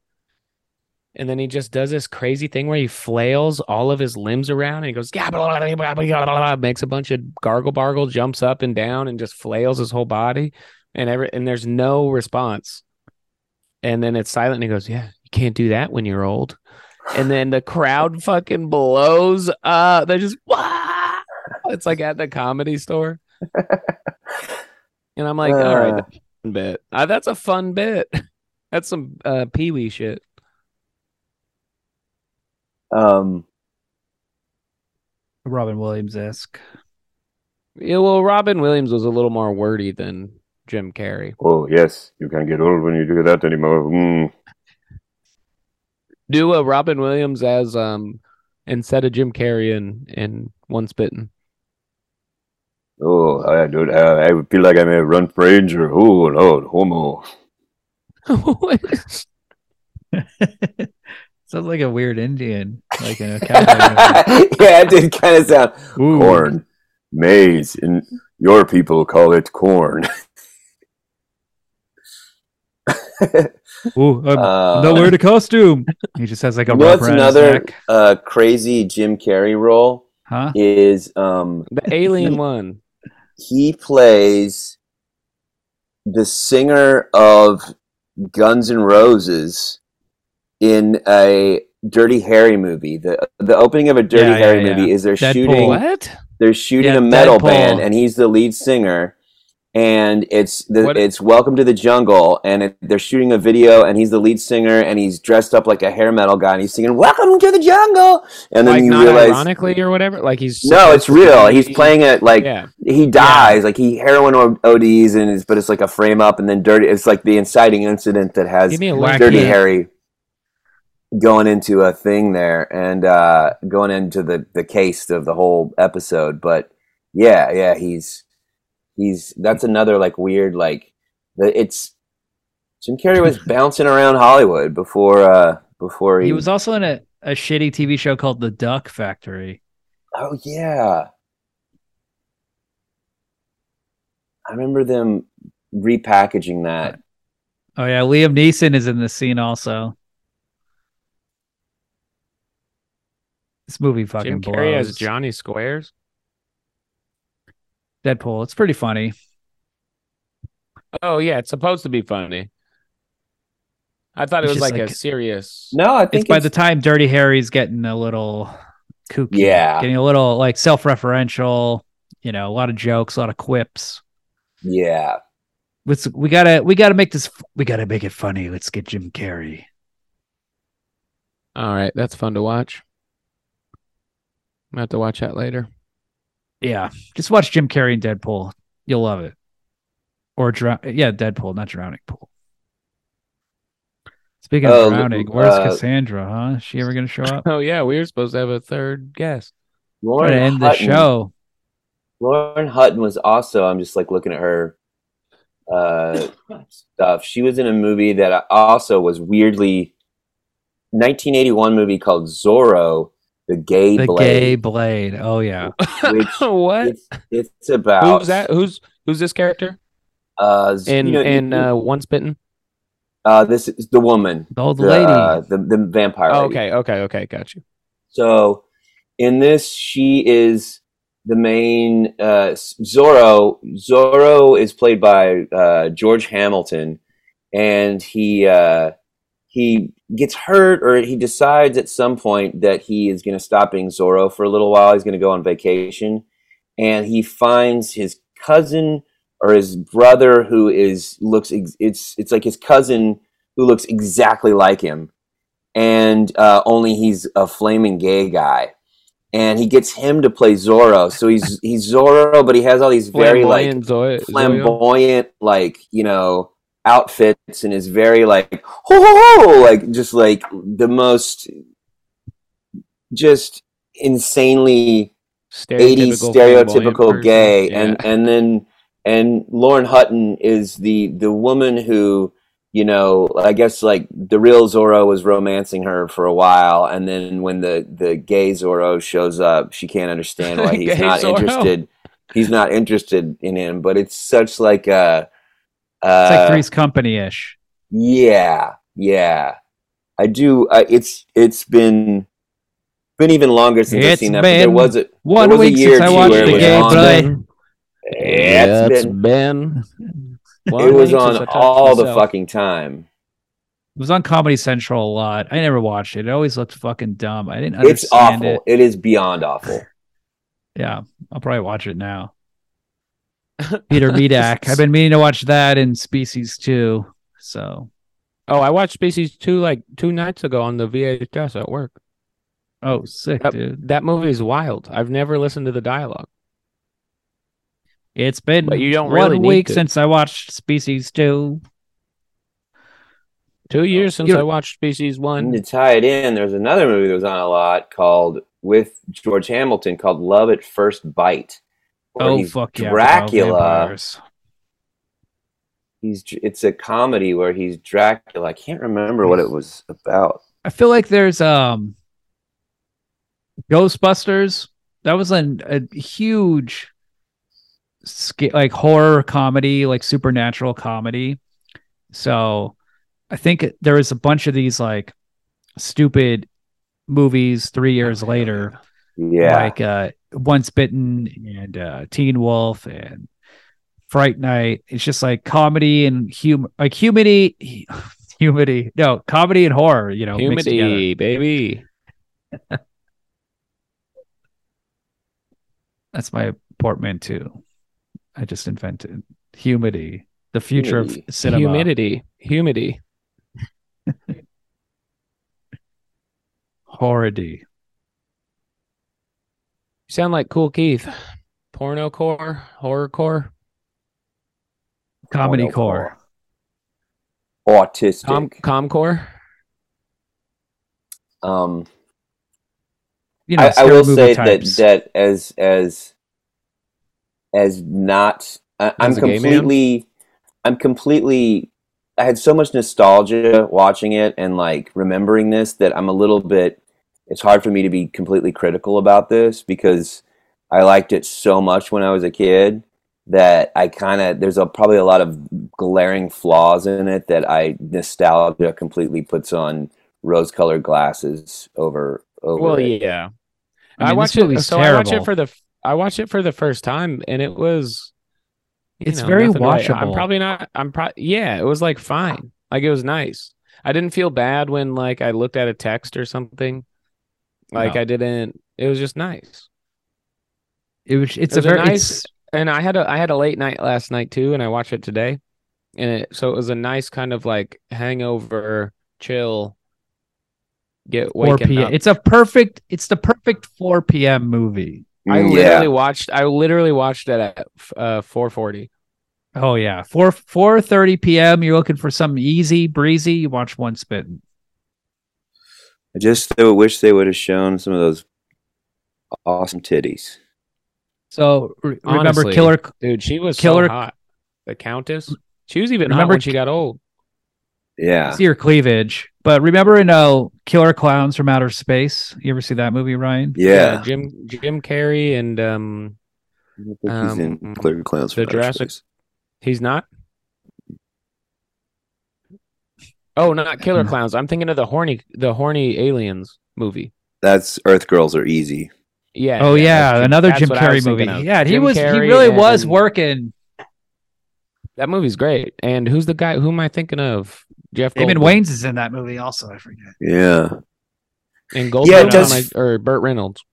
and then he just does this crazy thing where he flails all of his limbs around and he goes "Gah, blah, blah, blah, blah, blah, blah," makes a bunch of gargle bargle jumps up and down and just flails his whole body and every and there's no response and then it's silent and he goes yeah you can't do that when you're old and then the crowd fucking blows up. They just Wah! it's like at the comedy store. and I'm like, all right, Uh. that's a fun bit. Uh, that's a fun bit. That's some uh, Pee Wee shit. Um, Robin Williams esque. Yeah, well, Robin Williams was a little more wordy than Jim Carrey. oh yes, you can't get old when you do that anymore. Mm. Do a Robin Williams as um instead of Jim Carrey in in One Spitting. Oh, I don't. I, I feel like I'm a runt ranger. Oh no, homo. Sounds like a weird Indian, like in a cowboy yeah, it did kind of sound movie. Ooh. corn, maize, and your people call it corn. Ooh, I'm Uh, not wearing a costume. He just has like a you know rope what's around another his neck. uh, crazy Jim Carrey role Huh? is um, the alien one. he plays the singer of Guns N' Roses in a Dirty Harry movie. the The opening of a Dirty Yeah, yeah, Harry yeah. movie is they're Deadpool. shooting What? they're shooting Yeah, a metal Deadpool. band and he's the lead singer and it's the, What- it's welcome to the jungle and it, they're shooting a video and he's the lead singer and he's dressed up like a hair metal guy and he's singing welcome to the jungle and then like you not realize ironically or whatever. Like he's no it's real he's Yeah. playing it like yeah. he dies like he heroin O- ODs and it's, but it's like a frame up and then dirty it's like the inciting incident that has Give me a Wacky. wacky. Dirty Yeah. Harry going into a thing there and uh, going into the the case of the whole episode. But yeah, yeah, he's he's that's another like weird like the, it's Jim Carrey was bouncing around Hollywood before uh before he, He was also in a, a shitty TV show called The Duck Factory. oh yeah I remember them repackaging that Oh yeah, Liam Neeson is in this scene also. This movie fucking Jim Carrey blows. as Johnny Squares. Deadpool. It's pretty funny. Oh yeah, it's supposed to be funny. I thought it It's was just like, like- a serious. No, I think It's by the time Dirty Harry's getting a little kooky, Yeah. getting a little like self-referential. You know, a lot of jokes, a lot of quips. yeah. Let's we gotta we gotta make this f- we gotta make it funny. Let's get Jim Carrey. All right, that's fun to watch. I'm gonna have to watch that later. Yeah, just watch Jim Carrey and Deadpool. You'll love it. Or drown. Yeah, Deadpool, not drowning pool. Speaking of Oh, drowning, where's uh, Cassandra? Huh? Is she ever gonna show up? Oh yeah, we were supposed to have a third guest. We're Lauren gonna end the Hutton- show. Lauren Hutton was also. I'm just like looking at her uh, stuff. She was in a movie that I- also was weirdly 1981 movie called Zorro, the Gay The Gay Blade, Blade. Oh yeah, which what? it's, it's about Who's that? Who's who's this character? uh, z- In you know, in you- uh, Once Bitten. uh, this is the woman, the old the lady. uh, the, the vampire. Oh, lady. okay, okay, okay, got you. So in this, she is the main uh, Zorro. Zorro is played by uh, George Hamilton, and he uh, he gets hurt, or he decides at some point that he is going to stop being Zorro for a little while. He's going to go on vacation, and he finds his cousin or his brother who is looks ex- it's it's like his cousin who looks exactly like him and uh, only he's a flaming gay guy, and he gets him to play Zorro. So he's he's Zorro, but he has all these very like Flamboyant Zoe- Zoe- flamboyant, like you know, outfits, and is very like ho ho ho, like just like the most just insanely eighties flamboyant person. stereotypical gay, Yeah. and and then and Lauren Hutton is the the woman who you know I guess like the real Zorro was romancing her for a while, and then when the the gay Zorro shows up, she can't understand why he's Gay not Zorro. interested. He's not interested in him, but it's such like a. Uh, it's like Three's Company ish. yeah, yeah. I do. Uh, it's it's been been even longer since I've It's seen that. But there been was a One was a week year since I or two watched where it the was Gay on Blade. yeah, it's been been. it was on all the fucking time. It was on Comedy Central a lot. I never watched it. It always looked fucking dumb. I didn't It's understand awful. it is beyond awful. it. Yeah, I'll probably watch it now. Peter Medak. I've been meaning to watch that in Species 2. So, Oh, I watched Species two like two nights ago on the VHS at work. oh, sick, Yep. dude. That movie is wild. I've never listened to the dialogue. It's been But you don't one really need week to. since I watched Species 2. Two years since you're- I watched Species And to one. tie it in, there's another movie that was on a lot called with George Hamilton called Love at First Bite. where Oh, he's fuck yeah. Dracula. vampires. he's it's a comedy where he's Dracula. I can't remember what it was about. I feel like there's um Ghostbusters. That was an, a huge sca- like horror comedy, like supernatural comedy. So I think there was a bunch of these like stupid movies 3 years later Yeah. like uh once bitten and uh teen wolf and fright night it's just like comedy and humor like humidity humidity no comedy and horror you know mixed together. Humidity, baby. that's my portmanteau i just invented humidity the future Humidity. of cinema Humidity. Humidity. horrority You sound like Cool Keith. Porno core, horror core, comedy Porno core Autistic. com, com core. um you know I, I will stereotypes. say that that as as as not I, I'm As a gay man? completely I'm completely I had so much nostalgia watching it and like remembering this that I'm a little bit it's hard for me to be completely critical about this because I liked it so much when I was a kid that I kind of there's a probably a lot of glaring flaws in it that I nostalgia completely puts on rose-colored glasses over over Well, it. yeah. I I, mean, this watched it. movie's So I watched terrible. it for the. f- I watched it for the first time, and it was. you It's know, very nothing to write- I'm watchable. probably not. I'm probably yeah. It was like fine. Like it was nice. I didn't feel bad when like I looked at a text or something. Like No. I didn't. It was just nice. It was. It's It a was a very nice- it's- and I had a I had a late night last night too, and I watched it today, and it, so it was a nice kind of like hangover, chill, get 4 waking p.m. up. It's a perfect. It's the perfect 4 p.m. movie. I Mm, literally watched I literally watched it at uh four forty. Oh yeah, four four thirty p.m. You're looking for something easy, breezy. You watch one spitting. I just I wish they would have shown some of those awesome titties. So re- remember, Honestly. Killer Dude, she was Killer- killer hot. The Countess. She was even hot Remember- when she got old. Yeah. see your cleavage. But remember in uh, Killer Clowns from Outer Space? You ever see that movie, Ryan? Yeah. Jim Jim Carrey and um I think he's in Um, Clear Clowns the from Outer Jurassic- Space. he's not. Oh, not Mm. Killer Clowns. I'm thinking of the horny the horny aliens movie. That's Earth Girls Are Easy. Yeah. Oh yeah, that's- another that's Jim what I was Carrey movie. thinking of. Yeah, he Jim was. he Carrey really was and- working. That movie's great. And who's the guy? Who am I thinking of? Jeff Damon Goldblum. Wayans is in that movie also. I forget. Yeah. and Goldblum Yeah, it does- and I- or Burt Reynolds.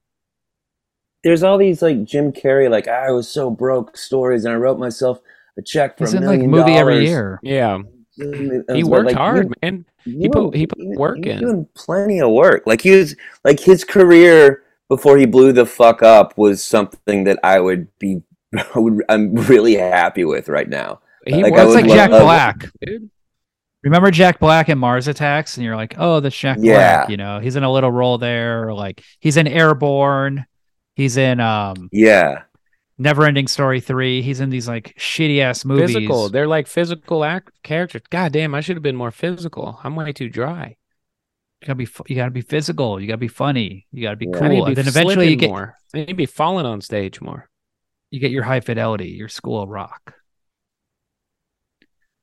There's all these like Jim Carrey, like I was so broke stories, and I wrote myself a check for He's a in like million movie every dollars. Mm, year. Yeah, Million- he but, worked like, hard, you- man. you He put- know, he put he- work he was in. doing plenty of work. Like he was, like his career before he blew the fuck up was something that I would be, I would, I'm really happy with right now. He Like, I That's worked like would hard, love- Jack love- Black. dude. Remember Jack Black in Mars Attacks, and you're like, oh, that's Jack Yeah. Black. You know, he's in a little role there. Or like he's in Airborne. He's in um Yeah, Neverending Story three. He's in these like shitty ass movies. Physical. They're like physical act characters. God damn, I should have been more physical. I'm way too dry. You gotta be. fu- You gotta be physical. You gotta be funny. You gotta be Yeah. cool. I need to be and then eventually you slipping get more. I need to be falling on stage more. you get your high fidelity, your school of rock.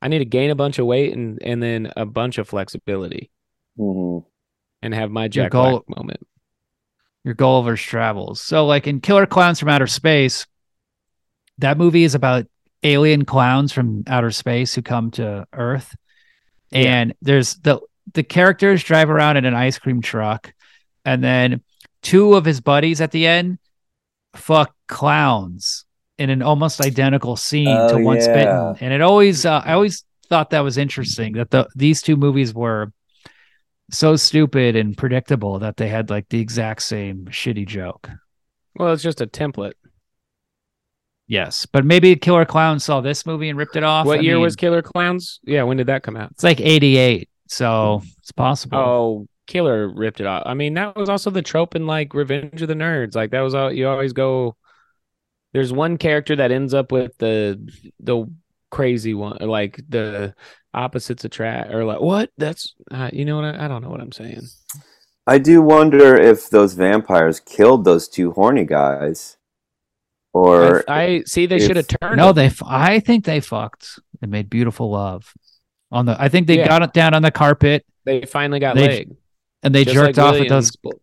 I need to gain a bunch of weight and and then a bunch of flexibility Mhm. and have my Jack goal- Black moment. your Gulliver's Travels. So, like in Killer Clowns from Outer Space, that movie is about alien clowns from outer space who come to Earth, and there's the the characters drive around in an ice cream truck, and then two of his buddies at the end fuck clowns in an almost identical scene to Oh, Once yeah. Bitten, and it always uh, I always thought that was interesting that the these two movies were so stupid and predictable that they had like the exact same shitty joke. Well, it's just a template. Yes, but maybe Killer Clown saw this movie and ripped it off. what I year mean, was Killer Clowns? Yeah, when did that come out? it's like '88, so it's possible. Oh, Killer ripped it off. I mean, that was also the trope in like Revenge of the Nerds. Like that was all you always go. There's one character that ends up with the the crazy one, or like the opposites attract, or like what? That's uh, you know what? I, I don't know what I'm saying. I do wonder if those vampires killed those two horny guys, or I, I see they if- should have turned. no, him. they. F- I think they fucked and made beautiful love on the. I think they Yeah. got it down on the carpet they, finally got they- laid. and they Just jerked like off at Williams. those.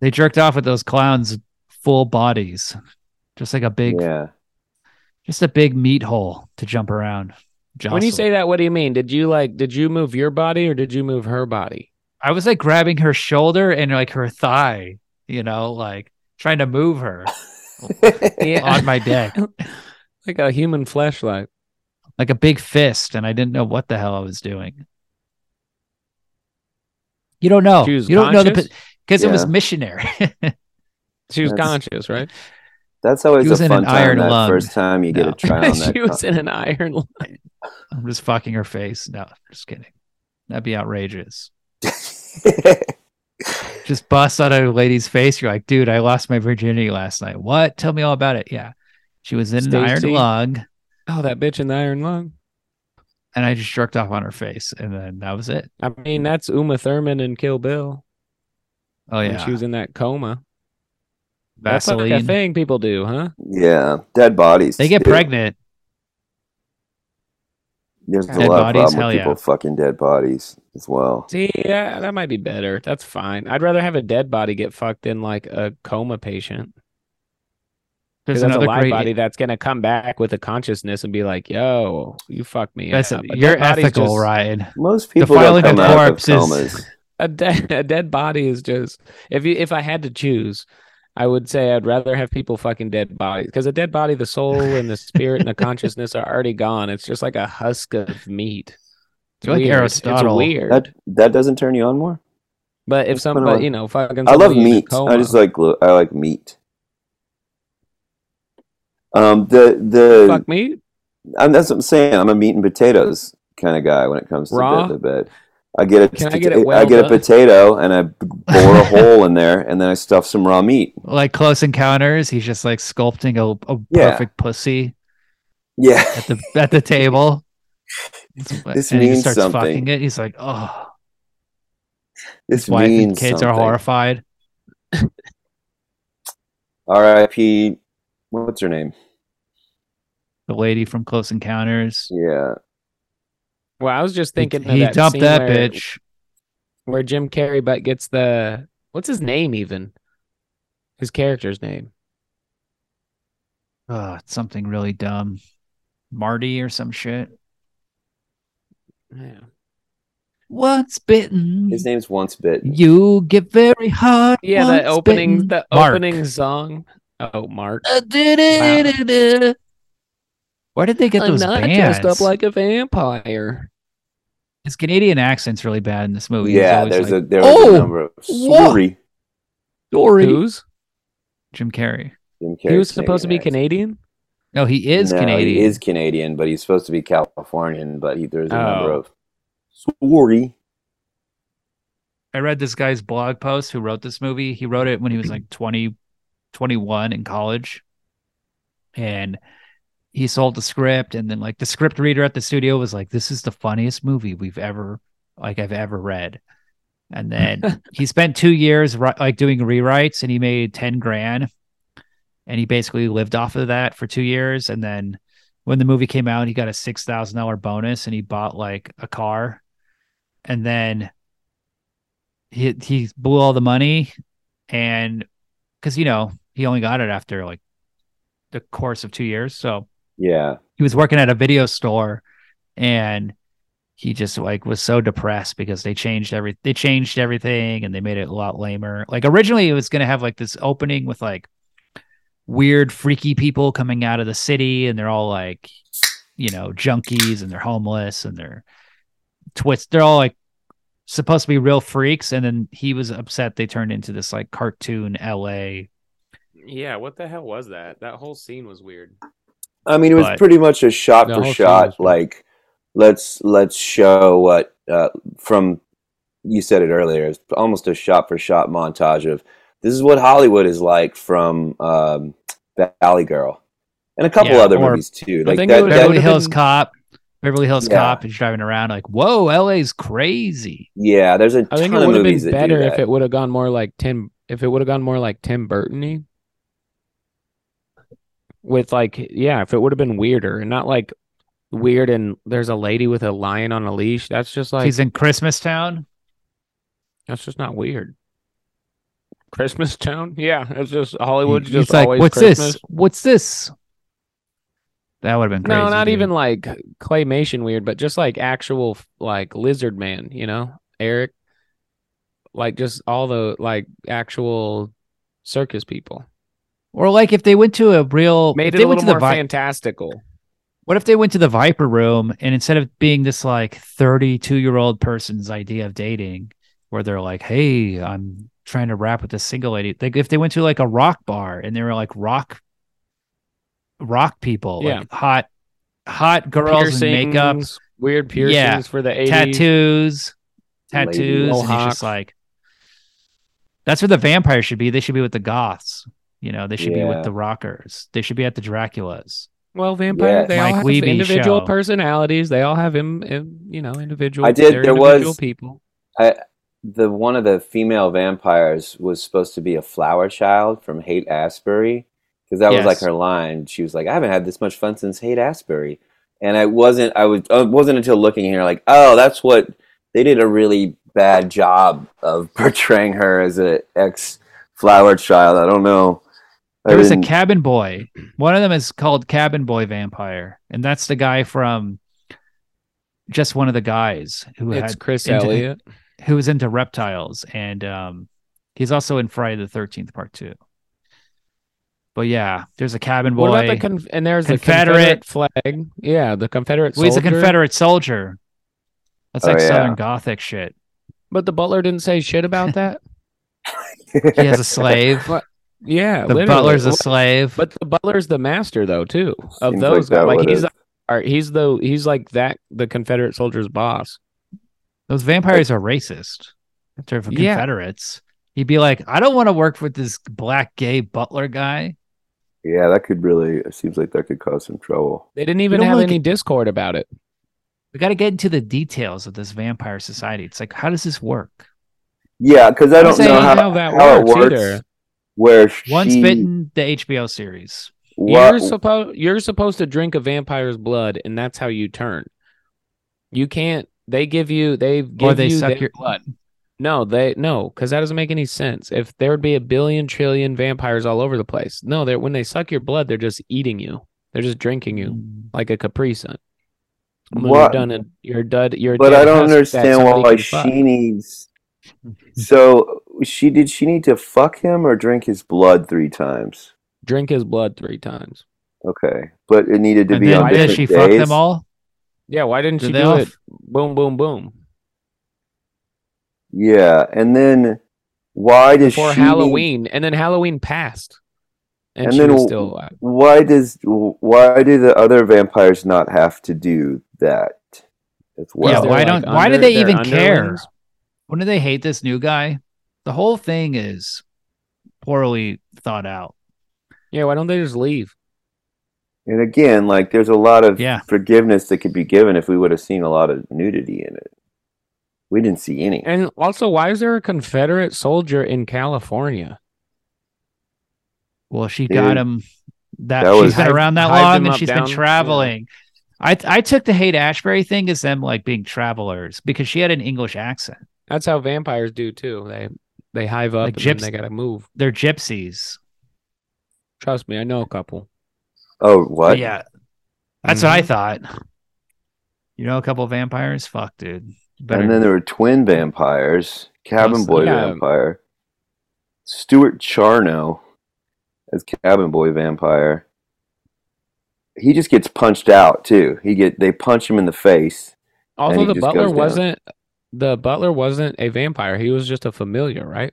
They jerked off at those clowns' full bodies, just like a big, yeah, just a big meat hole to jump around. When jostle. you say that, what do you mean? Did you like? Did you move your body or did you move her body? I was like grabbing her shoulder and like her thigh, you know, like trying to move her on my dick. like a human flashlight. like a big fist and I didn't know what the hell I was doing. You don't know. She was Oh, you don't know conscious? the because it was Yeah. missionary. She was That's- conscious, right? that's always He was a in fun an time. iron that lung. first time you get No. a try on that. she was in an iron. lung. I'm just fucking her face. No, just kidding. That'd be outrageous. Just bust out a lady's face. You're like, dude, I lost my virginity last night. What? Tell me all about it. Yeah. She was in an iron Stacey. lung Oh, that bitch in the iron lung. and I just jerked off on her face and then that was it. I mean, that's Uma Thurman in Kill Bill. Oh when yeah. she was in that coma. That's like Vaseline. a thing people do, huh? yeah, dead bodies. they get too. pregnant. There's a Dead lot bodies, of problem hell with people yeah. fucking dead bodies as well. See, yeah, that might be better. That's fine. I'd rather have a dead body get fucked than like a coma patient. There's that's a another live great body that's gonna come back with a consciousness and be like, "Yo, you fucked me That's- up." A dead you're body's ethical, just- Ryan. Most people don't Defiling a come out of corpse is- comas. A dead, a dead body is just. If you, if I had to choose, I would say I'd rather have people fucking dead bodies because a dead body, the soul and the spirit and the consciousness are already gone. It's just like a husk of meat. I feel like weird. Aristotle- It's weird. That that doesn't turn you on more. but if What's going on? somebody, you know, fucking. I love somebody in a meat. I coma- just like lo- I like meat. Um, the the fuck meat. I'm, that's what I'm saying. I'm a meat and potatoes kind of guy when it comes to Raw? bed to bed. I get a Can I get it I get a well done? potato and I b- bore a hole in there and then I stuff some raw meat. Like Close Encounters, he's just like sculpting a, a Yeah. perfect pussy Yeah, at the at the table. This and he means starts something. fucking it. He's like, oh, this wife means and kids are something. horrified. R.I.P. What's her name? The lady from Close Encounters. Yeah, Well, I was just thinking he, of he that dumped scene that where- bitch. where Jim Carrey but gets the what's his name even? His character's name. Oh, it's something really dumb. Marty or some shit. Yeah. Once bitten, his name's Once Bit. you get very hard. Yeah, the once opening bitten. the Mark. opening song. Oh, Mark. Uh, du-du-du-du-du. Where did they get I'm those not bands? dressed up like a vampire. His Canadian accent's really bad in this movie. He's Yeah, always there's like, a there was "Oh, a number of what?" sorry. Dory. Who's? Jim Carrey. Jim He was Carrey's supposed to be accent. Canadian? No, he is No, Canadian. He is Canadian, but he's supposed to be Californian. But he, there's a number Oh. of sorry. I read this guy's blog post who wrote this movie. He wrote it when he was like 20, 21 in college. And he sold the script. And then, like, the script reader at the studio was like, This is the funniest movie we've ever, like, I've ever read. And then he spent two years, ri- like, doing rewrites and he made 10 grand. And he basically lived off of that for two years. And then when the movie came out, he got a $6,000 bonus and he bought, like, a car. And then he he blew all the money and because you know he only got it after like the course of two years so Yeah, he was working at a video store and he just like was so depressed because they changed every they changed everything and they made it a lot lamer like originally it was going to have like this opening with like weird freaky people coming out of the city and they're all like you know junkies and they're homeless and they're twist they're all like supposed to be real freaks and then he was upset they turned into this like cartoon la Yeah, what the hell was that? That whole scene was weird. I mean, it was But- pretty much a shot for The whole thing was shot. good. Like, let's let's show what uh, from you said it earlier. It's almost a shot for shot montage of this is what Hollywood is like from um, Valley Girl and a couple Yeah, other or- movies too. I Like think it that, would- that- beverly would've hills been- cop beverly hills Yeah. cop is driving around like whoa la's crazy yeah. There's a I think ton it of would have movies been that do better if that. it would have gone more like Tim if it would have gone more like Tim Burton with like yeah, if it would have been weirder and not like weird and there's a lady with a lion on a leash. That's just like he's in christmas town That's just not weird. Christmas town? Yeah, it's just Hollywood's He's just like always what's Christmas. this what's this that would have been crazy No, not dude. even like claymation weird, but just like actual like lizard man, you know, Eric. Like just all the like actual circus people. or like if they went to a real if Made it they a went little to the more Vi- fantastical. What if they went to the Viper room and instead of being this like 32 year old person's idea of dating, where they're like, hey, I'm trying to rap with a single lady, like if they went to like a rock bar and they were like rock, rock people, like hot, hot girls in makeup, Piercings, weird piercings for the 80s. tattoos, tattoos, Lady and he's just mohawk. like, that's where the vampires should be. They should be with the goths. You know, they should be Yeah. with the rockers. They should be at the Draculas. Well, vampire, Yeah. they Mike all have Wiebe individual show. personalities. They all have im, im- you know, individual I did- they're there was- individual people. the one of the female vampires was supposed to be a flower child from Hate Asbury because that was like Yes. her line. She was like, "I haven't had this much fun since Hate Asbury," and I wasn't. I was. It wasn't until looking here like, oh, that's what they did a really bad job of portraying her as a ex flower child. I don't know There was a didn't- cabin boy. One of them is called Cabin Boy Vampire, and that's the guy from just one of the guys who It's had Chris into- Elliott. who was into reptiles, and um, he's also in Friday the Thirteenth Part Two. But yeah, there's a cabin boy. What about the conf- and there's Confederate- the Confederate flag? Yeah, the Confederate. well, he's a soldier. Confederate soldier. That's Oh, like yeah. Southern Gothic shit. But the butler didn't say shit about that. He has a slave. What? yeah, the literally. butler's a slave. But the butler's the master though too of Seems those. like that Like, would've- he's the, or he's the he's like that the Confederate soldier's boss. Those vampires are racist. They're for Yeah. Confederates. He'd be like, I don't want to work with this black gay butler guy. Yeah, that could really. It seems like that could cause some trouble. They didn't even don't have like any discord about it. We got to get into the details of this vampire society. It's like, how does this work? Yeah, because I I'm don't saying know how, how that how it works works. either. Where Once she, bitten, the HBO series. what, You're supposed you're supposed to drink a vampire's blood, and that's how you turn. You can't. They give you. They give Or they you suck their your- blood. No, they no, because that doesn't make any sense. If there would be a billion trillion vampires all over the place, no, they when they suck your blood, they're just eating you. They're just drinking you Mm. like a Capri Sun. And When What- you're done, and you're done. You're but dead I don't husk that understand somebody why can she fuck. needs. So she did. She need to fuck him or drink his blood three times. drink his blood three times. Okay, but it needed to And be then on did different she days. fuck them all? Yeah, why didn't Did she they do all it? f- Boom, boom, boom. Yeah, and then why does for she need- Halloween, and then Halloween passed, and, And she then was w- still alive. why does why do the other vampires not have to do that as well? yeah, They're, why like, don't why do under- they they're even care? underlings. Wouldn't they hate this new guy? The whole thing is poorly thought out. Yeah, why don't they just leave? And again, like there's a lot of Yeah. forgiveness that could be given if we would have seen a lot of nudity in it. We didn't see any. And also, why is there a Confederate soldier in California? Well, she Dude, got him. That, that was- she's been around that Hives long, them and up she's down- been traveling. I I took the hate Ashbury thing as them like being travelers because she had an English accent. That's how vampires do too. They they hive up Like and then gyps- they gotta move. They're gypsies. Trust me, I know a couple. Oh, But what? yeah, that's what I Mhm. thought. You know, a couple vampires. Fuck, dude. You Better. And then there were twin vampires, cabin Awesome. boy Yeah. vampire, Stuart Charno as cabin boy vampire. He just gets punched out too. He get they punch him in the face. Although he the just butler goes down. wasn't the butler wasn't a vampire. He was just a familiar, right?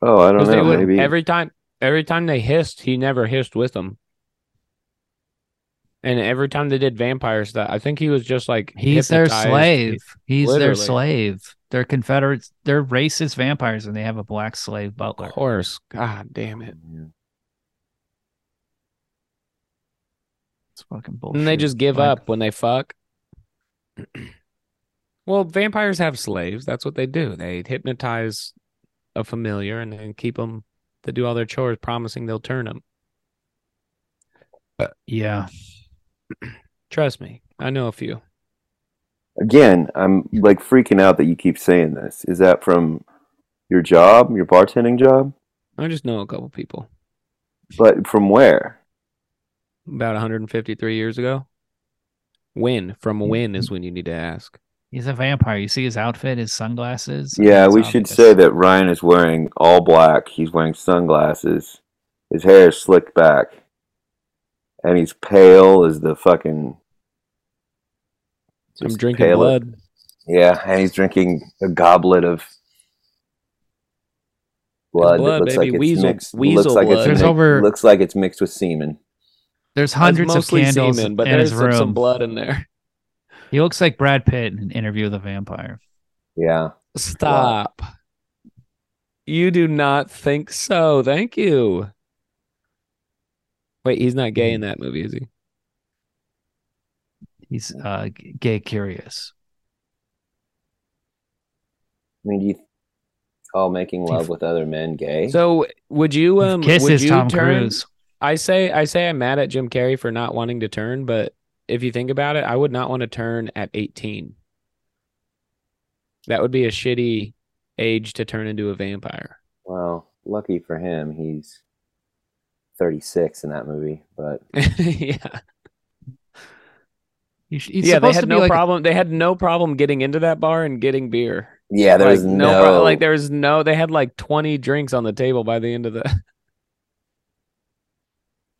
Oh, I don't Because they know. would Maybe every time every time they hissed, he never hissed with them. And every time they did vampire stuff, I think he was just like He's their hypnotized. slave. He's their literally. slave. They're Confederates. They're racist vampires, and they have a black slave butler. Of course. God damn it. It's fucking bullshit. And they just give Like, up when they Oh, fuck. well, vampires have slaves. That's what they do. They hypnotize a familiar and then keep them to do all their chores, promising they'll turn them. Yeah, Trust me, I know a few. again, I'm like freaking out that you keep saying this. Is that from your job, your bartending job? I just know a couple people But from where? about 153 years ago. When from Mm-hmm. when is when you need to ask. he's a vampire. You see his outfit, his sunglasses. Yeah, It's we should obvious. say that Ryan is wearing all black. He's wearing sunglasses. His hair is slicked back. And he's pale as the fucking. I'm just drinking pale- blood. Yeah, and he's drinking a goblet of blood. that blood, looks baby. like it's Weasel- mixed. weasel looks like blood. It's There's mi- over- looks like it's mixed with semen. There's That's hundreds of mostly candles semen, but in there's his some, room. some blood in there. He looks like Brad Pitt in an interview with a vampire. Yeah. Stop. You do not think so. Thank you. Wait, he's not Mm-hmm. gay in that movie, is he? He's uh, g- gay curious. I mean, do you call making love with other men gay? So would you um would Kisses you Tom turn? Cruise. I say I say I'm mad at Jim Carrey for not wanting to turn, but if you think about it, I would not want to turn at 18. That would be a shitty age to turn into a vampire. wow. lucky for him, he's 36 in that movie. But yeah. You sh- he's yeah, they supposed to had be no like- problem. They had no problem getting into that bar and getting beer. yeah, there like, was no, prob- like there was no. They had like twenty drinks on the table by the end of the.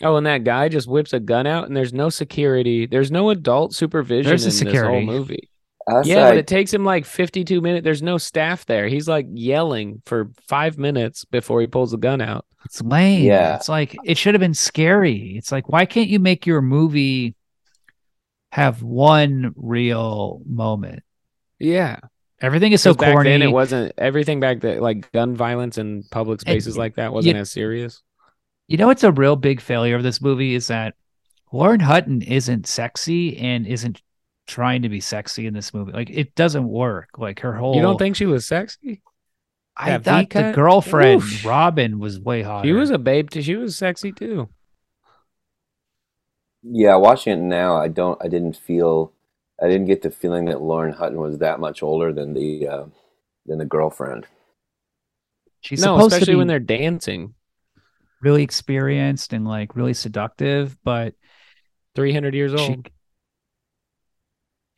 Oh, and that guy just whips a gun out, and there's no security. There's no adult supervision There's the in security. this whole movie. That's yeah, like- but it takes him like 52 minutes. There's no staff there. He's like yelling for five minutes before he pulls the gun out. It's lame. Yeah. It's like it should have been scary. It's like why can't you make your movie have one real moment? Yeah, Everything is so back corny. then it wasn't everything back then. Like gun violence in public spaces like that wasn't as serious. you know what's a real big failure of this movie is that Lauren Hutton isn't sexy and isn't trying to be sexy in this movie. Like it doesn't work. Like her whole You don't think she was sexy? I that thought the V-cut? girlfriend Oof. Robin was way hotter. She was a babe. Too. She was sexy too. yeah, watching it now, I don't, I didn't feel, I didn't get the feeling that Lauren Hutton was that much older than the, uh, than the girlfriend. she's no, supposed especially to be when they're dancing. really experienced and like really seductive, but Three hundred years she- old.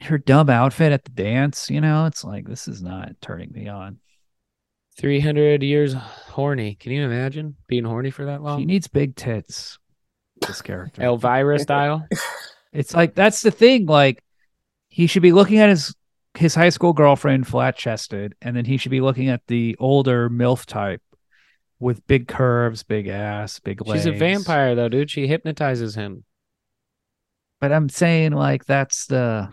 her dumb outfit at the dance, you know, it's like this is not turning me on. Three hundred years horny. Can you imagine being horny for that She long? needs big tits. This character. Elvira style. It's like that's the thing. Like he should be looking at his his high school girlfriend flat chested, and then he should be looking at the older MILF type with big curves, big ass, big legs. She's a vampire though, dude. She hypnotizes him. But I'm saying like that's the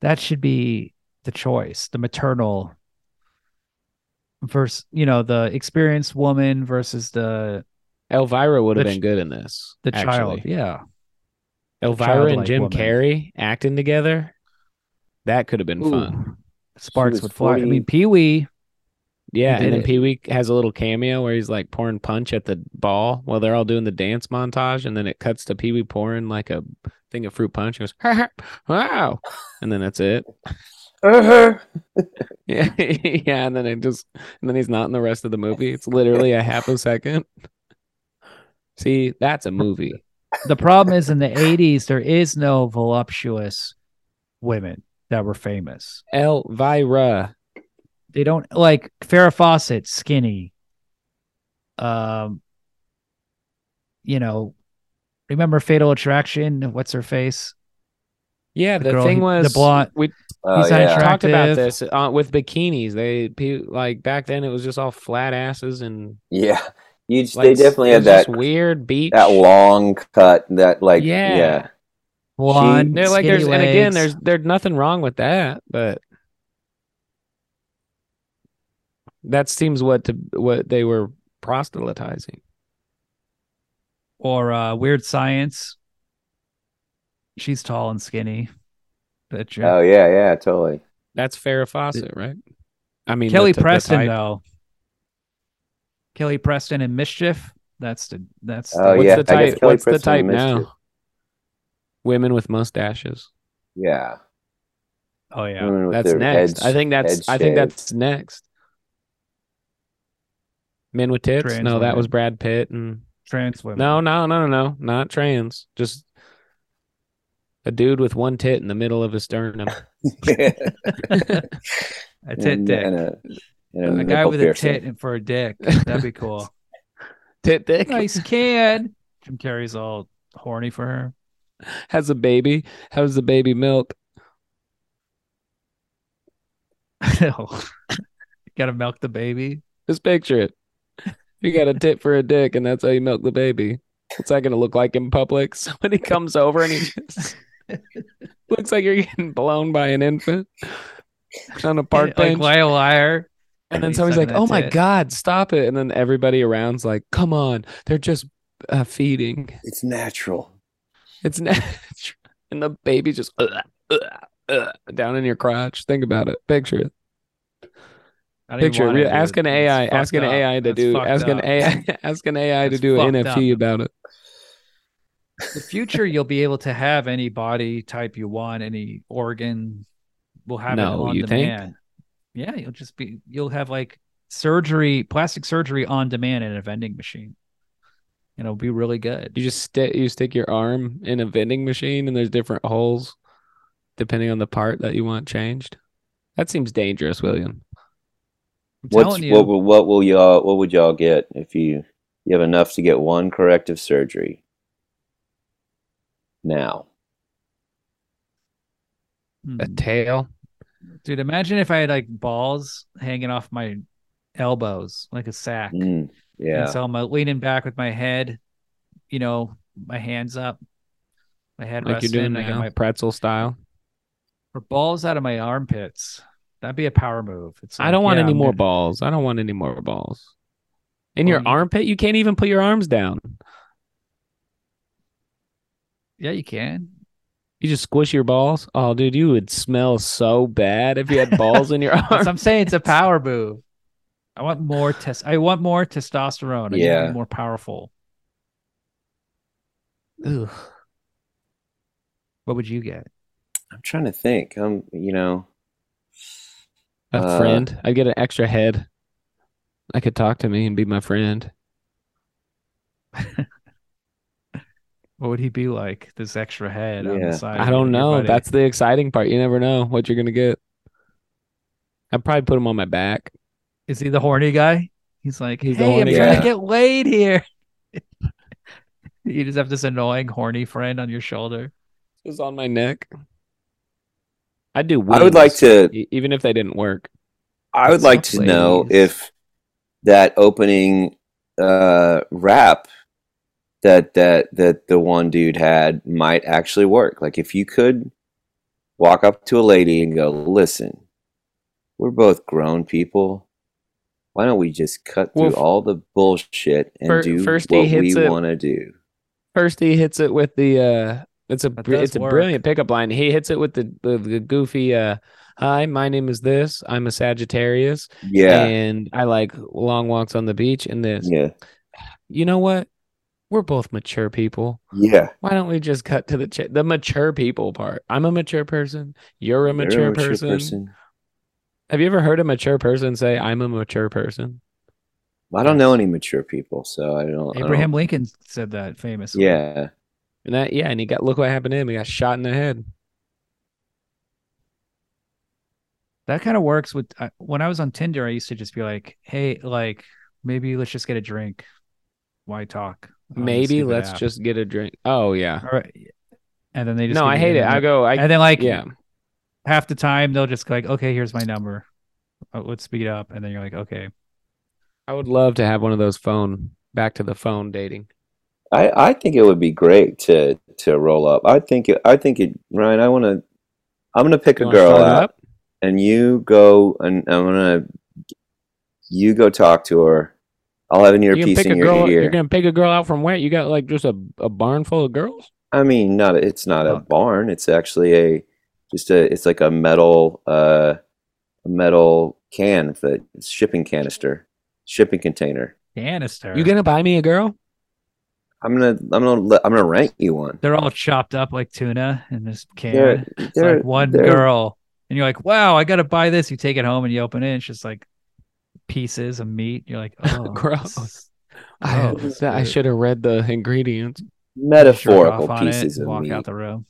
that should be the choice, the maternal versus you know, the experienced woman versus the Elvira would have The been ch- good in this. the child. actually. Yeah. Elvira and childlike Jim woman. Carrey acting together. That could have been fun. Ooh. Sparks was would fly. I 40 mean, Pee Wee. Yeah, He and did then it. Pee Wee has a little cameo where he's like pouring punch at the ball while they're all doing the dance montage, and then it cuts to Pee Wee pouring like a thing of fruit punch. He goes, wow, and then that's it. Uh-huh. Yeah, yeah, and then it just and then he's not in the rest of the movie. It's literally a half a second. See, that's a movie. the problem is in the 80s there is no voluptuous women that were famous Elvira. they don't like farrah fawcett skinny um you know remember fatal attraction what's her face Yeah, The the, girl thing who- the was blonde- We Oh, He's yeah. unattractive. talked about this uh, with bikinis. They pe- like back then it was just all flat asses and Yeah. You just, like, they definitely it had was just that, weird beach. that long cut, that like, Yeah. yeah. blonde They're like skinny there's and again legs. there's there's nothing wrong with that, but that seems what to what they were proselytizing. or uh weird science she's tall and skinny that chick. Oh yeah, yeah, totally. That's Farrah Fawcett, right? I mean Kelly the t- the Preston type. though. Kelly Preston and Mischief. That's the that's the, Oh, What's yeah, the I guess type? Kelly What's the Preston type missed now? it. Women with mustaches. Yeah. oh yeah. Women with that's their next. heads- I think head that's I think shaved. that's next. Men with tits. Trans no, women. that was Brad Pitt and Trans women. no, no, no, no, no, not trans. Just a dude with one tit in the middle of his sternum. a tit and, dick. And a, and a a guy nipple with piercing. a tit and for a dick. That'd be cool. tit dick nice kid. Jim Carrey's all horny for her. has a baby. How's the baby milk? Gotta milk the baby. Just picture it. You got a tit for a dick, and that's how you milk the baby. What's that going to look like in public? Somebody comes over and he just looks like you're getting blown by an infant on a park like bench. why a liar. and then he's somebody's like, sucking "Oh that my tit." god, stop it!" And then everybody around's like, "Come on, they're just uh, feeding. It's natural. It's natural." And the baby's just uh, uh, uh, down in your crotch. Think about it. Picture it. I don't even Picture it. wanna Real- do Ask it. an It's AI. Ask fucked an up. AI to That's do. fucked Ask an up. AI. Ask an AI to That's do an fucked NFT up. about it. the future you'll be able to have any body type you want any organ will have it No, on you think? demand yeah you'll just be you'll have like surgery, plastic surgery on demand in a vending machine. And it'll be really good. You just stick you stick your arm in a vending machine, and there's different holes depending on the part that you want changed. That seems dangerous, William. I'm What's, telling you. what will what will y'all what would y'all get if you you have enough to get one corrective surgery? Now, Hmm. A tail. Dude, imagine if I had like balls hanging off my elbows like a sack. Mm, yeah, And so I'm uh, leaning back with my head, you know, my hands up, my head Like resting. you're doing I get now, my pretzel style. or balls out of my armpits. That'd be a power move. It's I don't want any more balls. balls. I don't want any more balls. In Well, your you- armpit, you can't even put your arms down. Yeah, you can. You just squish your balls. Oh, dude, you would smell so bad if you had balls in your That's what arms. I'm saying. It's a power move. I want more test. I want more testosterone. I need to be Yeah. more powerful. Ugh. What would you get? I'm trying to think. I'm you know A Uh, friend. I'd get an extra head. I could talk to me and be my friend. What would he be like? This extra head on Yeah. the side. I of don't know. everybody? That's the exciting part. You never know what you're gonna get. I'd probably put him on my back. is he the horny guy? He's like, He's the hey, I'm horny trying to guy." get laid here. you just have this annoying horny friend on your shoulder. Just on my neck. I'd do. I would like wings, to e- even if they didn't work. I would like to Soft know ladies. if that opening uh, rap that that that the one dude had might actually work. Like if you could walk up to a lady and go, "Listen, we're both grown people. Why don't we just cut through Well, f- all the bullshit and fir- do first he what we hits it- want to do?" First, he hits it with the. uh It's a. br- does It's a work. brilliant pickup line. He hits it with the the, the goofy. uh Hi, my name is this. I'm a Sagittarius, Yeah, and I like long walks on the beach. And this, yeah, you know what? We're both mature people. yeah. Why don't we just cut to the ch- the mature people part? I'm a mature person. You're a You're mature, person. Have you ever heard a mature person say, "I'm a mature person"? Well, I don't know any mature people, so I don't. I don't- Abraham Lincoln said that famously. um, Yeah, And that, yeah, and he got look what happened to him. He got shot in the head. That kind of works with I, when I was on Tinder. I used to just be like, "Hey, like maybe let's just get a drink. Why talk? on this Maybe stupid let's app?" just get a drink. Oh yeah. All right. And then they just No, give I you hate their it. I number. go. I and then like yeah. half the time they'll just go like, "Okay, here's my number. Uh, Let's speed up." And then you're like, "Okay, I would love to have one of those phone back to the phone dating. I, I think it would be great to to roll up. I think it, I think it, Ryan. I want to. I'm gonna pick You a wanna girl start it out, up? and you go, and I'm gonna. You go talk to her. I'll have an You're gonna earpiece pick in a your girl. ear. You're gonna pick a girl out from where? You got like just a, a barn full of girls. I mean, not it's not a Fuck. barn. It's actually a just a. It's like a metal uh, metal can, the shipping canister, shipping container. canister." You gonna buy me a girl? I'm gonna I'm gonna let- I'm gonna rent you one. They're all chopped up like tuna in this can. They're, it's they're like one they're- girl, and you're like, "Wow, I gotta buy this." You take it home and you open it. It's just like pieces of meat. You're like, "Oh, Gross. this is- I, Oh, that- I dude. should have read the ingredients. metaphorical Jerk off on it pieces and of walk meat. out the room.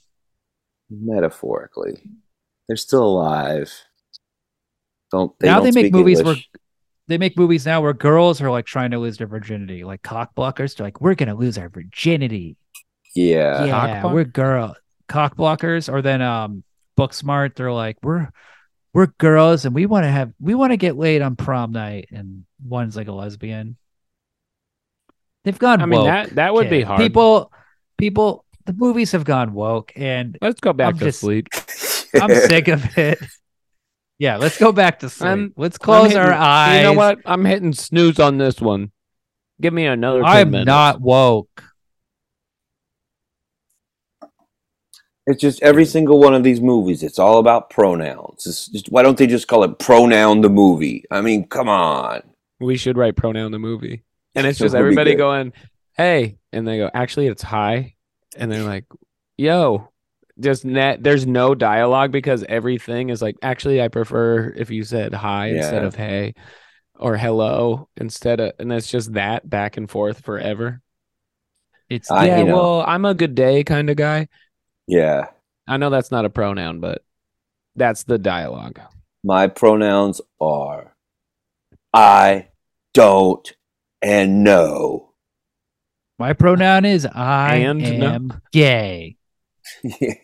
metaphorically. They're still alive. Don't they now don't they make speak movies where English. they make movies now where girls are like trying to lose their virginity, like cock blockers. They're like, we're gonna lose our virginity. yeah. yeah, cock we're girl cock blockers. Or then um, book smart. They're like, we're we're girls and we want to have we want to get laid on prom night. And one's like a lesbian. They've gone. I mean woke, that that would be kid. hard. People, people. The movies have gone woke, and Let's go back I'm to just- sleep. I'm sick of it. Yeah, let's go back to sleep. I'm- let's close hitting- our eyes. You know what? I'm hitting snooze on this one. Give me another. 10 I'm minutes. not woke. It's just every single one of these movies. It's all about pronouns. It's just why don't they just call it pronoun the movie? I mean, come on. We should write pronoun the movie, and it's That just would be everybody good. going, "Hey," and they go, "Actually, it's hi," and they're like, "Yo." Just net, there's no dialogue because everything is like. Actually, I prefer if you said hi instead Yeah. of hey. or hello instead of and it's just that back and forth forever. It's I- yeah, you know. well, I'm a good day kind of guy. Yeah. I know that's not a pronoun, but that's the dialogue. My pronouns are I, don't, and no. my pronoun is I And no. am gay. yeah.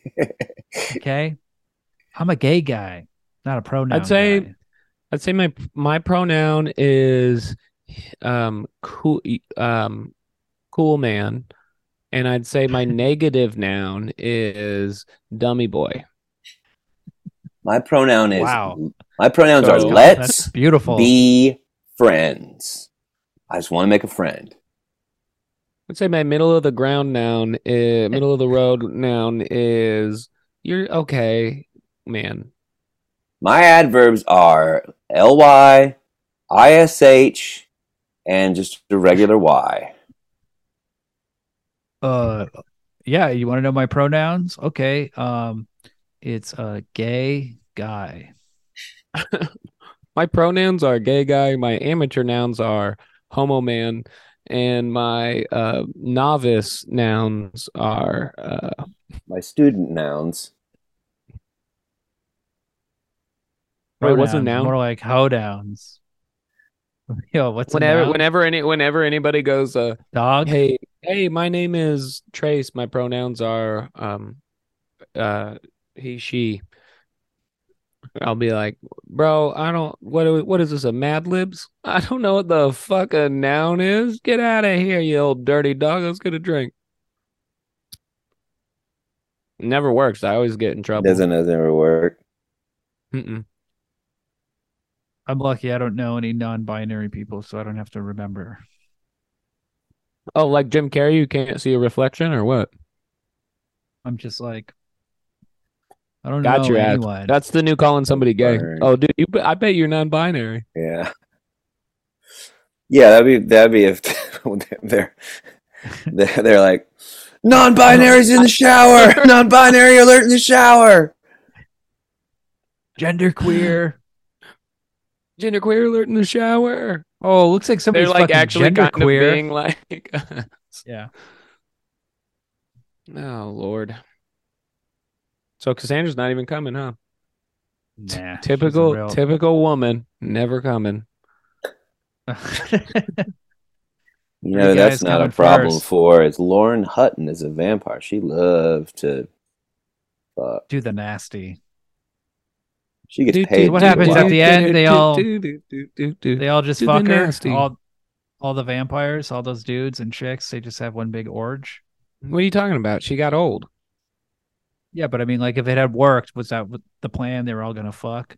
Okay, I'm a gay guy, not a pronoun. I'd say- guy. I'd say my my pronoun is um cool um cool man, and I'd say my negative noun is dummy boy. My pronoun is Wow. my pronouns are So- that's let's beautiful. be friends. I just want to make a friend. I'd say my middle of the ground noun, is, middle of the road noun is you're okay, man. My adverbs are ly, ish, and just a regular y. uh yeah you want to know my pronouns okay um it's a gay guy My pronouns are gay guy. My amateur nouns are homo man, and my uh, novice nouns are uh, My student nouns. Wait, what's a Pronouns, noun? more like howdowns yo what's a whenever noun? whenever any whenever anybody goes uh dog hey hey my name is trace my pronouns are um uh he she i'll be like bro i don't what do- what is this a mad libs i don't know what the fuck a noun is get out of here you old dirty dog let's get a drink It never works i always get in trouble Doesn't doesn't ever work. Mm-mm. i'm lucky i don't know any non-binary people so i don't have to remember oh like jim carrey you can't see a reflection or what i'm just like i don't Got know your ass. anyone that's the new calling somebody gay Burn. oh dude you, i bet you're non-binary Yeah. Yeah, that'd be that'd be if they're they're they're like non-binaries in the shower, non-binary alert in the shower. gender queer genderqueer alert in the shower. oh looks like somebody's They're like fucking actually gender kind queer of being like, yeah oh lord. So Cassandra's not even coming, huh? nah, she's a Typical, real- typical woman, never coming. You Pretty know guys that's not a coming problem first. for is Lauren Hutton is a vampire. She loves to fuck. do the nasty She gets Dude, paid. dude, what to happens do at it. the end? They all- dude, dude, dude, dude, dude. They all just Do the fuck her. nasty. All, all the vampires, all those dudes and chicks, they just have one big orge. What are you talking about? She got old. Yeah, but I mean, like, if it had worked, was that what the plan? They were all gonna fuck.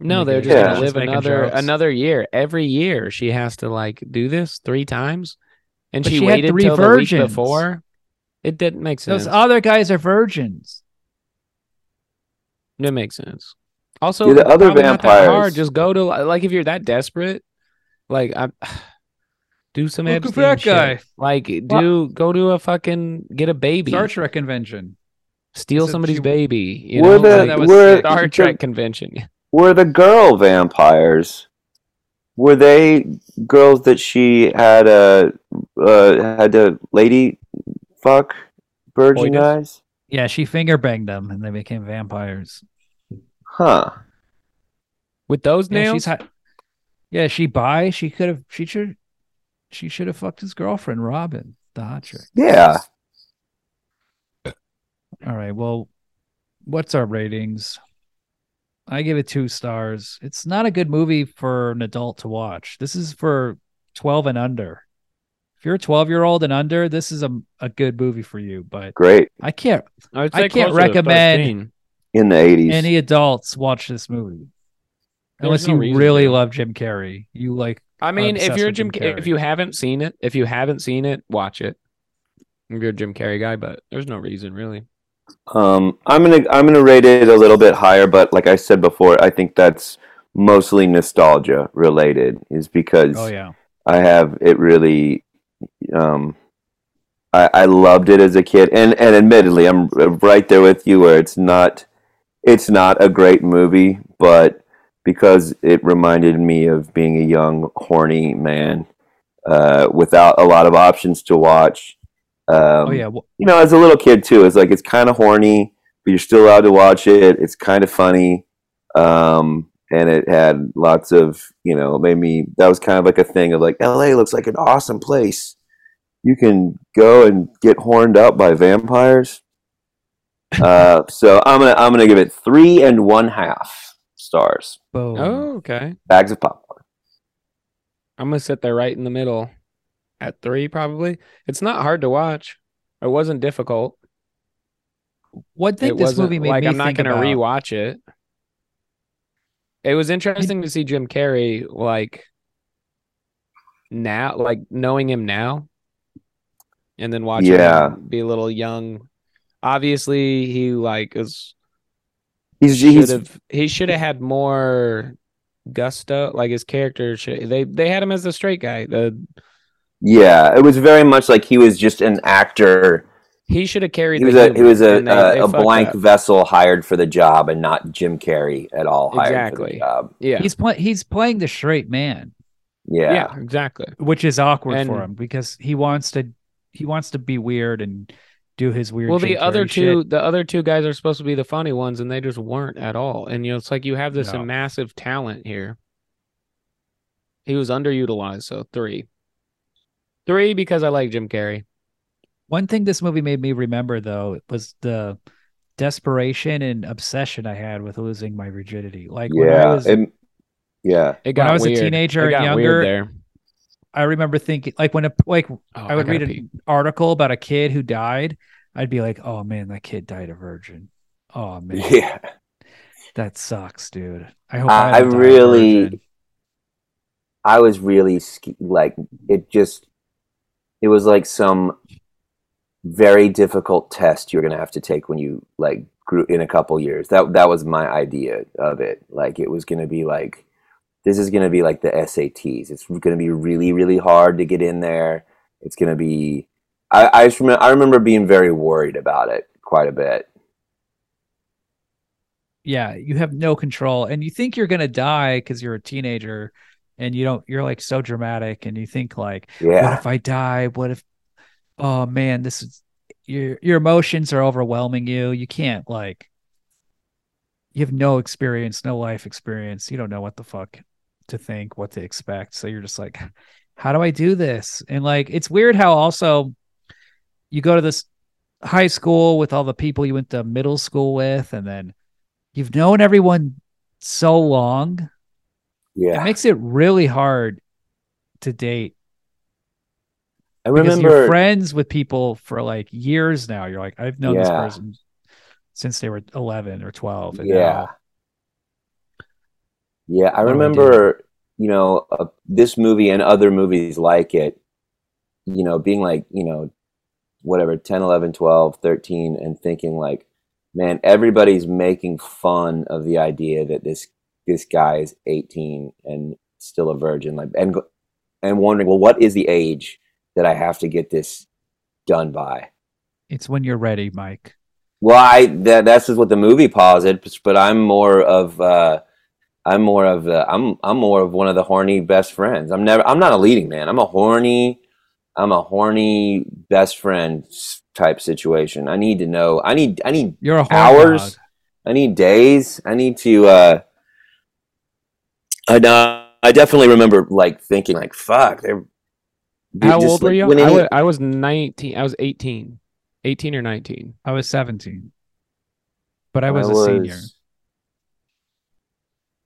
No, Making- they're just Yeah. gonna live Just making another jokes. another year. Every year she has to like do this three times, and But she, she had waited three till the virgins. week before. It didn't make sense. Those other guys are virgins. That makes sense. Also, Dude, the it's other probably not that hard. vampires- Just go to like if you're that desperate, like I do some Look at Epstein that shit. guy. Like do go to a fucking get a baby, Star Trek convention. steal said somebody's she- baby. You We're know, the- like, That was we're- sick. Star Trek convention. Were the girl vampires? Were they girls that she had a uh, had a lady fuck virgin Coitus? eyes? Yeah, she finger banged them, and they became vampires. Huh. With those Yeah, she's nails, hot. Yeah, she bi. She could have. She should. She should have fucked his girlfriend, Robin, the hot chick. Yeah. All right. Well, what's our ratings? I give it two stars. It's not a good movie for an adult to watch. This is for 12 and under. If you're a 12 year old and under, this is a, a good movie for you. But Great. I can't, I'd I say can't closer to recommend 13. In the eighties. any adults watch this movie. Unless no you reason really to. love Jim Carrey. You like, I mean, if obsessed you're with Jim, Jim Ca- Carrey. if you haven't seen it, if you haven't seen it, watch it. If you're a Jim Carrey guy, but there's no reason really. Um, I'm gonna I'm gonna rate it a little bit higher, but like I said before, I think that's mostly nostalgia related. Is because oh, um, yeah. I have it really. Um, I, I loved it as a kid, and and admittedly, I'm right there with you where it's not, it's not a great movie, but because it reminded me of being a young, horny man uh, without a lot of options to watch. Um, oh yeah, well, You know, as a little kid too, it's like it's kind of horny, but you're still allowed to watch it. It's kind of funny, um, and it had lots of you know made me. That was kind of like a thing of like L.A. looks like an awesome place. You can go and get horned up by vampires. Uh, so I'm gonna I'm gonna give it three and one half stars. boom. Oh, okay. Bags of popcorn. I'm gonna sit there right in the middle at three, probably. It's not hard to watch. It wasn't difficult. One thing it this wasn't movie made like me I'm not think gonna about. rewatch it. It was interesting to see Jim Carrey like now, like knowing him now, and then watching Yeah. him be a little young. Obviously, he like is He's, should he's have he should have had more gusto. Like his character, should, they they had him as a straight guy. The yeah. It was very much like he was just an actor. he should have carried. He was the a humor, he was a and they- a, they a fucked blank up. vessel hired for the job, and not Jim Carrey at all hired for the Exactly. job. Yeah, He's playing. He's playing the straight man, Yeah. yeah, exactly. which is awkward for And- him because he wants to. He wants to be weird and do his weird. Well, the Jim other Carrey two, shit. the other two guys are supposed to be the funny ones, and they just weren't at all. And you know, it's like you have this No. massive talent here. He was underutilized, so three, three because I like Jim Carrey. One thing this movie made me remember though was the desperation and obsession I had with losing my rigidity. Like when I yeah. was It- yeah. It When got I was a weird. teenager It and got younger, weird there. I remember thinking like when a like Oh, I would gotta read an pee. article about a kid who died, I'd be like, "Oh man, that kid died a virgin. Oh man, Yeah. that sucks, dude. I hope I- I, don't I die a really- virgin." I was really ske- like it just it was like some very difficult test you're gonna have to take when you like grew in a couple years. That that was my idea of it. Like it was gonna be like this is gonna be like the SATs. It's gonna be really really hard to get in there. It's gonna be. I I just remember I remember being very worried about it quite a bit. yeah, you have no control, and you think you're gonna die because you're a teenager, and you don't. You're like so dramatic, and you think like, "What Yeah, if I die? What if? Oh man, this is your your emotions are overwhelming you. You can't like." You have no experience, no life experience. You don't know what the fuck to think, what to expect. So you're just like, how do I do this? And like, it's weird how also you go to this high school with all the people you went to middle school with, and then you've known everyone so long. It yeah. makes it really hard to date I because you're remember. friends with people for like years now. You're like, I've known this Yeah. person since they were 11 or 12. And Yeah. now- Yeah, What I do we do? remember, you know, uh, this movie and other movies like it, you know, being like, you know, whatever, 10, 11, 12, 13, and thinking like, man, everybody's making fun of the idea that this this guy is 18 and still a virgin, like, and go- and wondering, well, what is the age that I have to get this done by? it's when you're ready, Mike. Well, I that that's just what the movie posits, but I'm more of uh, I'm more of the I'm I'm more of one of the horny best friends. I'm never I'm not a leading man. I'm a horny I'm a horny best friend s- type situation. I need to know. I need I need You're a Oh, horn dog. hours. I need days. I need to. Uh, I know- I definitely remember like thinking like fuck. They're How just, old were like, you? when I any- was, I was 19. I was 18. 18 or 19. I was 17, but I was a senior. was-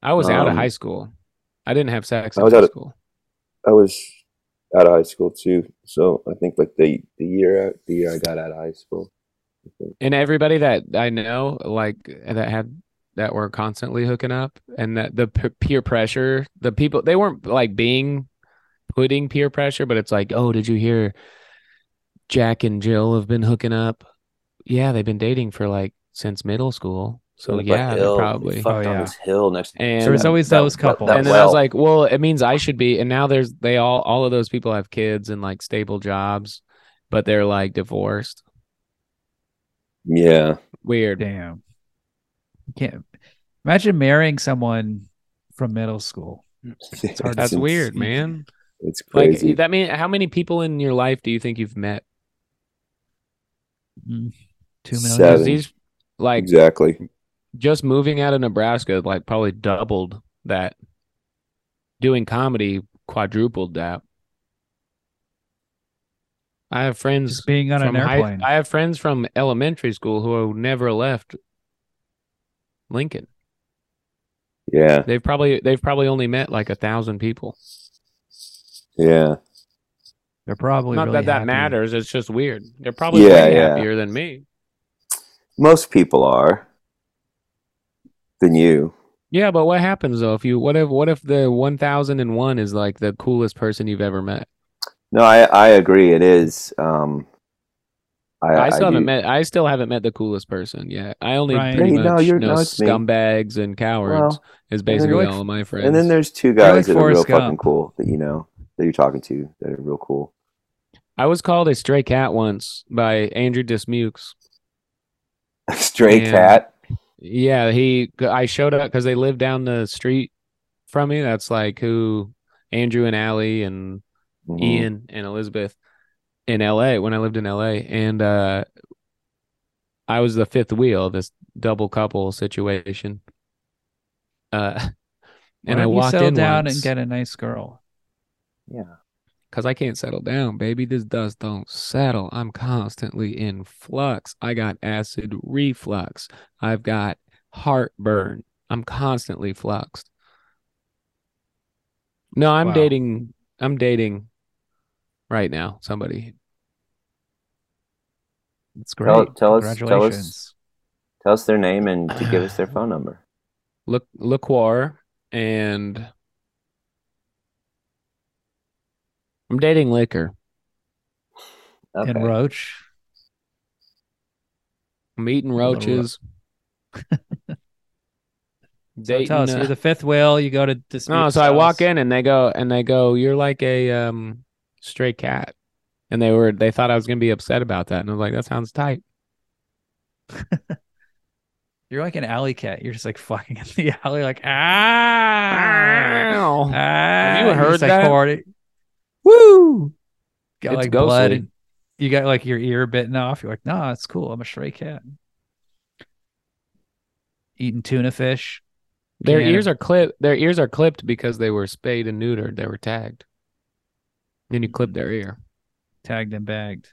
I was out of Um, high school. I didn't have sex I in was high out of- school. I was out of high school too, so I think like the the year the year I got out of high school. and everybody that I know, like that had that were constantly hooking up, and that the p- peer pressure, the people they weren't like being putting peer pressure, but it's like, oh, did you hear Jack and Jill have been hooking up? Yeah, they've been dating for like since middle school. So Looked like yeah, hill. They probably. fucked Oh, on yeah. this hill next. And- to There was that- always that- those that- couple. that and then I well. was like, well, it means I should be. And now there's they all all of those people have kids and like stable jobs, but they're like divorced. yeah, Weird. Damn. You Can't imagine marrying someone from middle school. It's hard to That's It's weird, insane. man. It's Like crazy. that mean how many people in your life do you think you've met? Mm. Two million. Seven. 'Cause these like exactly. just moving out of Nebraska like probably doubled that. Doing comedy quadrupled that. I have friends Just being on an from high- airplane. I have friends from elementary school who never left Lincoln. Yeah. They've probably they've probably only met like a thousand people. Yeah. They're probably Not really that that happy. matters. It's just weird. They're probably Yeah, way yeah. happier than me. Most people are than you. Yeah, but what happens though if you what if what if the one thousand and one is like the coolest person you've ever met? No, I, I agree. It is. Um, Uh, I, I still do- haven't met. I still haven't met the coolest person yet. I only Right. Hey, pretty no, much you're- know no, it's me. scumbags and cowards Well, is basically like- all of my friends. And then there's two They're guys like that are real Forrest Gump. fucking cool that you know that you're talking to that are real cool. I was called a stray cat once by Andrew Dismukes. Stray Yeah. cat. Yeah, he. I showed up because they live down the street from me. That's like who Andrew and Allie and Mm. Mhm. Ian and Elizabeth in LA when I lived in LA and uh I was the fifth wheel of this double couple situation. Uh Why and I don't you walked settle in down once, and get a nice girl. cuz I can't settle down, baby. This dust don't settle. I'm constantly in flux. I got acid reflux. I've got heartburn. I'm constantly fluxed. No, I'm Wow. dating I'm dating right now somebody It's great. Tell- tell us- tell us- Congratulations. Tell us their name and to give us their phone number. Look, LaQuar and I'm dating Liquor. Okay. And Roach. I'm eating Hello, Ro- roaches. So dating, tell us, uh, you're the fifth whale. You go to this. no, so I walk in and they go and they go, "You're like a um stray cat," and they were they thought I was gonna be upset about that, and I was like, "That sounds tight." You're like an alley cat. You're just like fucking in the alley, like ah. Ow. Ah, you you're heard just, like, that? horny. Woo! Got It's like blood. ghostly. And you got like your ear bitten off. You're like, nah, it's cool. I'm a stray cat. Eating tuna fish. Their Can- ears are clipped. Their ears are clipped because they were spayed and neutered. They were tagged. Then you clip their ear. Tagged and bagged.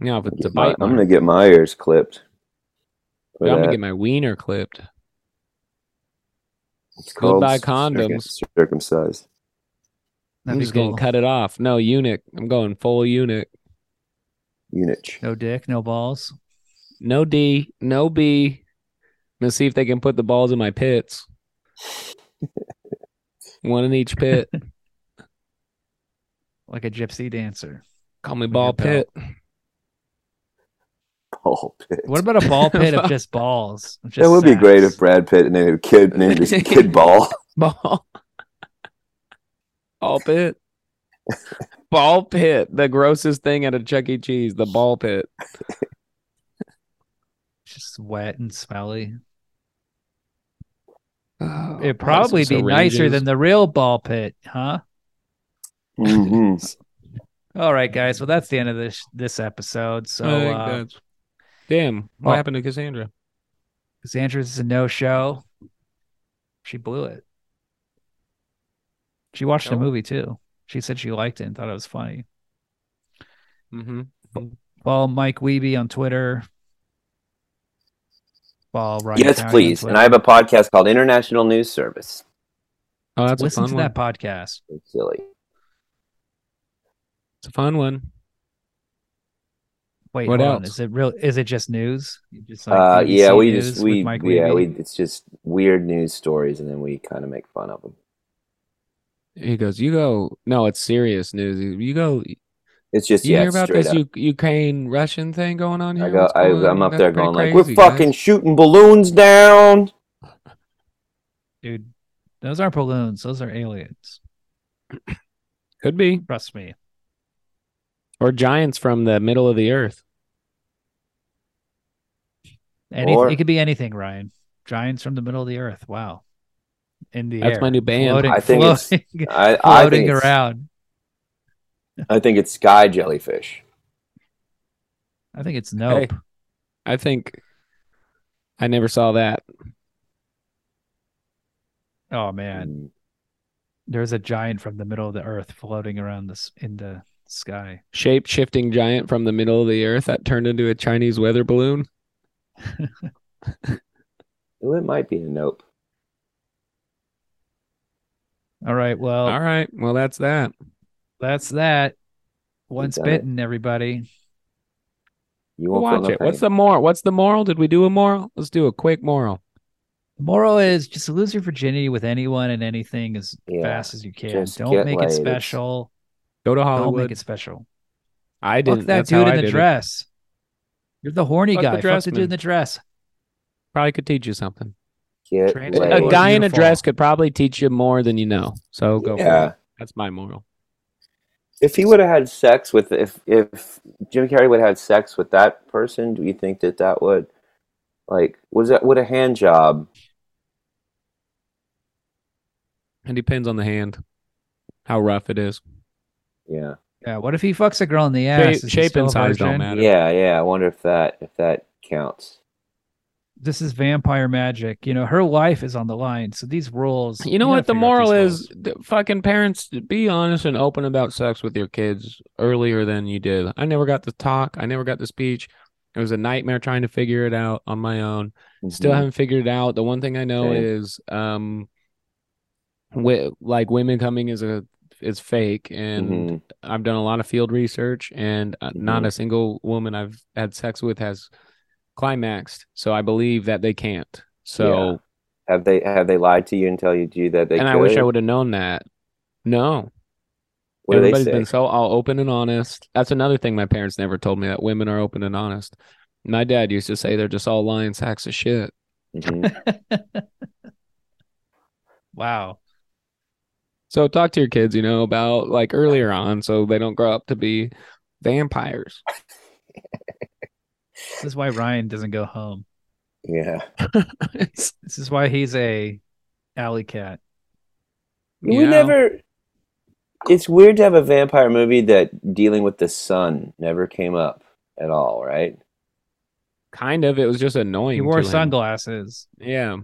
Now if it's a Get my- bite, I'm mark, gonna get my ears clipped. for I'm that. gonna get my wiener clipped. It's Go buy circum- condoms. Circumcised. That'd I'm be just cool. gonna cut it off. No eunuch. I'm going full eunuch. Unit. No dick, no balls. No D, no B. I'm gonna see if they can put the balls in my pits. One in each pit. Like a gypsy dancer. Call me your ball pit. belt. Ball pit. What about a ball pit of just balls? Of just that would be sacks? great if Brad Pitt named a kid named his kid Ball. Ball. Ball pit. Ball pit. The grossest thing out of Chuck E. Cheese, the ball pit. just wet and smelly. It'd Oh, It'd probably be nicer than the real ball pit, huh? hmm All right, guys. Well, that's the end of this this episode. So uh, Oh. Damn. What well- happened to Cassandra? Cassandra is a no show. She blew it. She watched the Oh. movie too. She said she liked it and thought it was funny. Mm-hmm. Follow Mike Weeby on Twitter. Follow Ryan. Yes, Downey on please. Twitter. And I have a podcast called International News Service. Oh, that's listen a to fun one. that podcast. It's silly. It's a fun one. Wait, What hold on. else? Is it real? Is it just news? You Just uh, yeah, BBC we news just with we Mike yeah Weeby? we it's just weird news stories, and then we kind of make fun of them. He goes, You go. No, it's serious news. You go. It's just You yeah, hear it's about straight this up. U- Ukraine Russian thing going on here? I go, What's I, going I'm on? up That's there pretty going like, we're crazy, guys." fucking shooting balloons down. dude. Those aren't balloons. Those are aliens. Could be. Trust me. Or giants from the middle of the earth. Anything. Or- it could be anything, Ryan. Giants from the middle of the earth. Wow. in the That's air. my new band. Floating, I think it's- floating, I, I floating think it's- around. I think it's sky jellyfish. I think it's nope. I think I never saw that. Oh man, Mm, there's a giant from the middle of the earth floating around this in the sky. Shape shifting giant from the middle of the earth that turned into a Chinese weather balloon. Well, it might be a nope. All right, well, All right. Well, that's that. that's that. Once done it. bitten, everybody. You won't feel no Watch it. What's pain. the moral? What's the moral? Did we do a moral? Let's do a quick moral. The moral is just lose your virginity with anyone and anything as Yeah, fast as you can. just Don't get make laid. it It's- special. Go to Don't make Hollywood. it special. I Fuck didn't. that that's how dude I in the did it. dress. You're the horny Fuck the guy. Fuck dress the dude man. in the dress. Probably could teach you something. Get Trans- laid. Right. A guy in a Beautiful. dress could probably teach you more than you know. So go for Yeah. it. That's my moral. If he would have had sex with if if Jim Carrey would have had sex with that person, do you think that that would like was that would a hand job? It depends on the hand, how rough it is. Yeah. Yeah. What if he fucks a girl in the ass? shape Is he shape still a and size virgin? don't matter. Yeah, yeah. I wonder if that if that counts. This is vampire magic. You know, her life is on the line. So these rules. You know gotta what the figure out moral these is? D- Fucking parents, be honest and open about sex with your kids earlier than you did. I never got to talk. I never got to speech. It was a nightmare trying to figure it out on my own. Still Mhm. haven't figured it out. The one thing I know Same. is, um, wi- like women coming is a is fake, and Mhm. I've done a lot of field research, and uh not Mhm. a single woman I've had sex with has climaxed. So I believe that they can't. So Yeah. have they have they lied to you and tell you do you that they and I wish I could? would have known that. No, What do they everybody's say? been so all open and honest. That's another thing my parents never told me that women are open and honest. My dad used to say they're just all lying sacks of shit. Mhm. Wow. So talk to your kids, you know, about like earlier on, so they don't grow up to be vampires. This is why Ryan doesn't go home. Yeah. It's- This is why he's a alley cat. We Yeah. never. It's weird to have a vampire movie that dealing with the sun never came up at all, right? kind of. It was just annoying. He wore to him. sunglasses. Yeah. And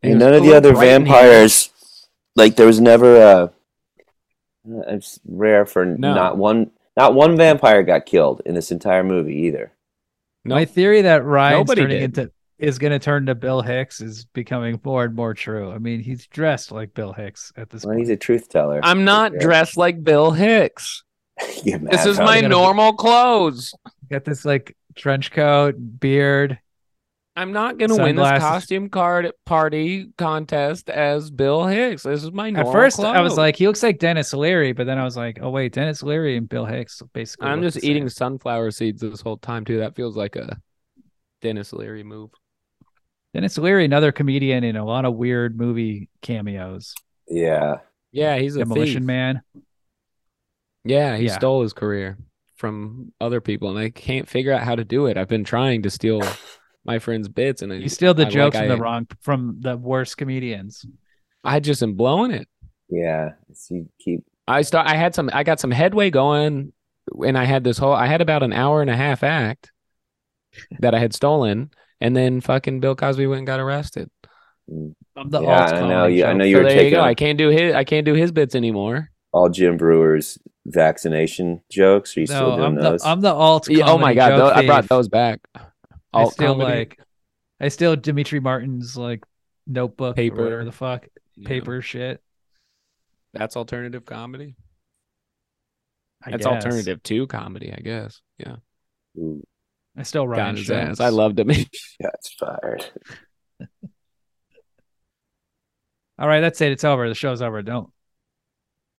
It none was of the cool, other bright and handy. vampires, like there was never a. uh, It's rare for not one, not one vampire got killed in this entire movie either. My Nope. theory that Ryan's Nobody turning did. into is going to turn to Bill Hicks is becoming more and more true. I mean, he's dressed like Bill Hicks at this Well, point. he's a truth teller. I'm not dressed like Bill Hicks. You're mad This is about my it. gotta be- normal clothes. Got this like trench coat, beard. I'm not gonna win this Sunglasses. costume card party contest as Bill Hicks. This is my At normal first, I was clothes. like, he looks like Dennis Leary, but then I was like, oh wait, Dennis Leary and Bill Hicks basically. I'm look just the eating same. sunflower seeds this whole time too. That feels like a Dennis Leary move. Dennis Leary, another comedian in a lot of weird movie cameos. Yeah, Yeah, he's a Demolition thief. Man. Yeah, he Yeah. stole his career from other people, and I can't figure out how to do it. I've been trying to steal my friends' bits, and I, You steal the I- jokes like from the I- wrong from the worst comedians. I just am blowing it. yeah. It's- you keep I start. I had some. I got some headway going, and I had this whole. I had about an hour and a half act that I had stolen, and then fucking Bill Cosby went and got arrested. Of the Yeah, alt I know comedy you- I show. know you- So were there you taking go. a- I can't do his. I can't do his bits anymore. all Jim Brewer's vaccination jokes. Are you still No, doing I'm the, those? I'm the alt. Yeah, oh comedy my god, joke tho- I brought thief. those back. I Alt steal comedy, like, I steal Dimitri Martin's like notebook paper, or whatever Paper. the fuck, you know, paper shit. that's alternative comedy. I that's guess. alternative to comedy, I guess. Yeah, Ooh, I still got Ryan his ass. Schultz. I loved him. shots fired. All right, that's it. It's over. The show's over. Don't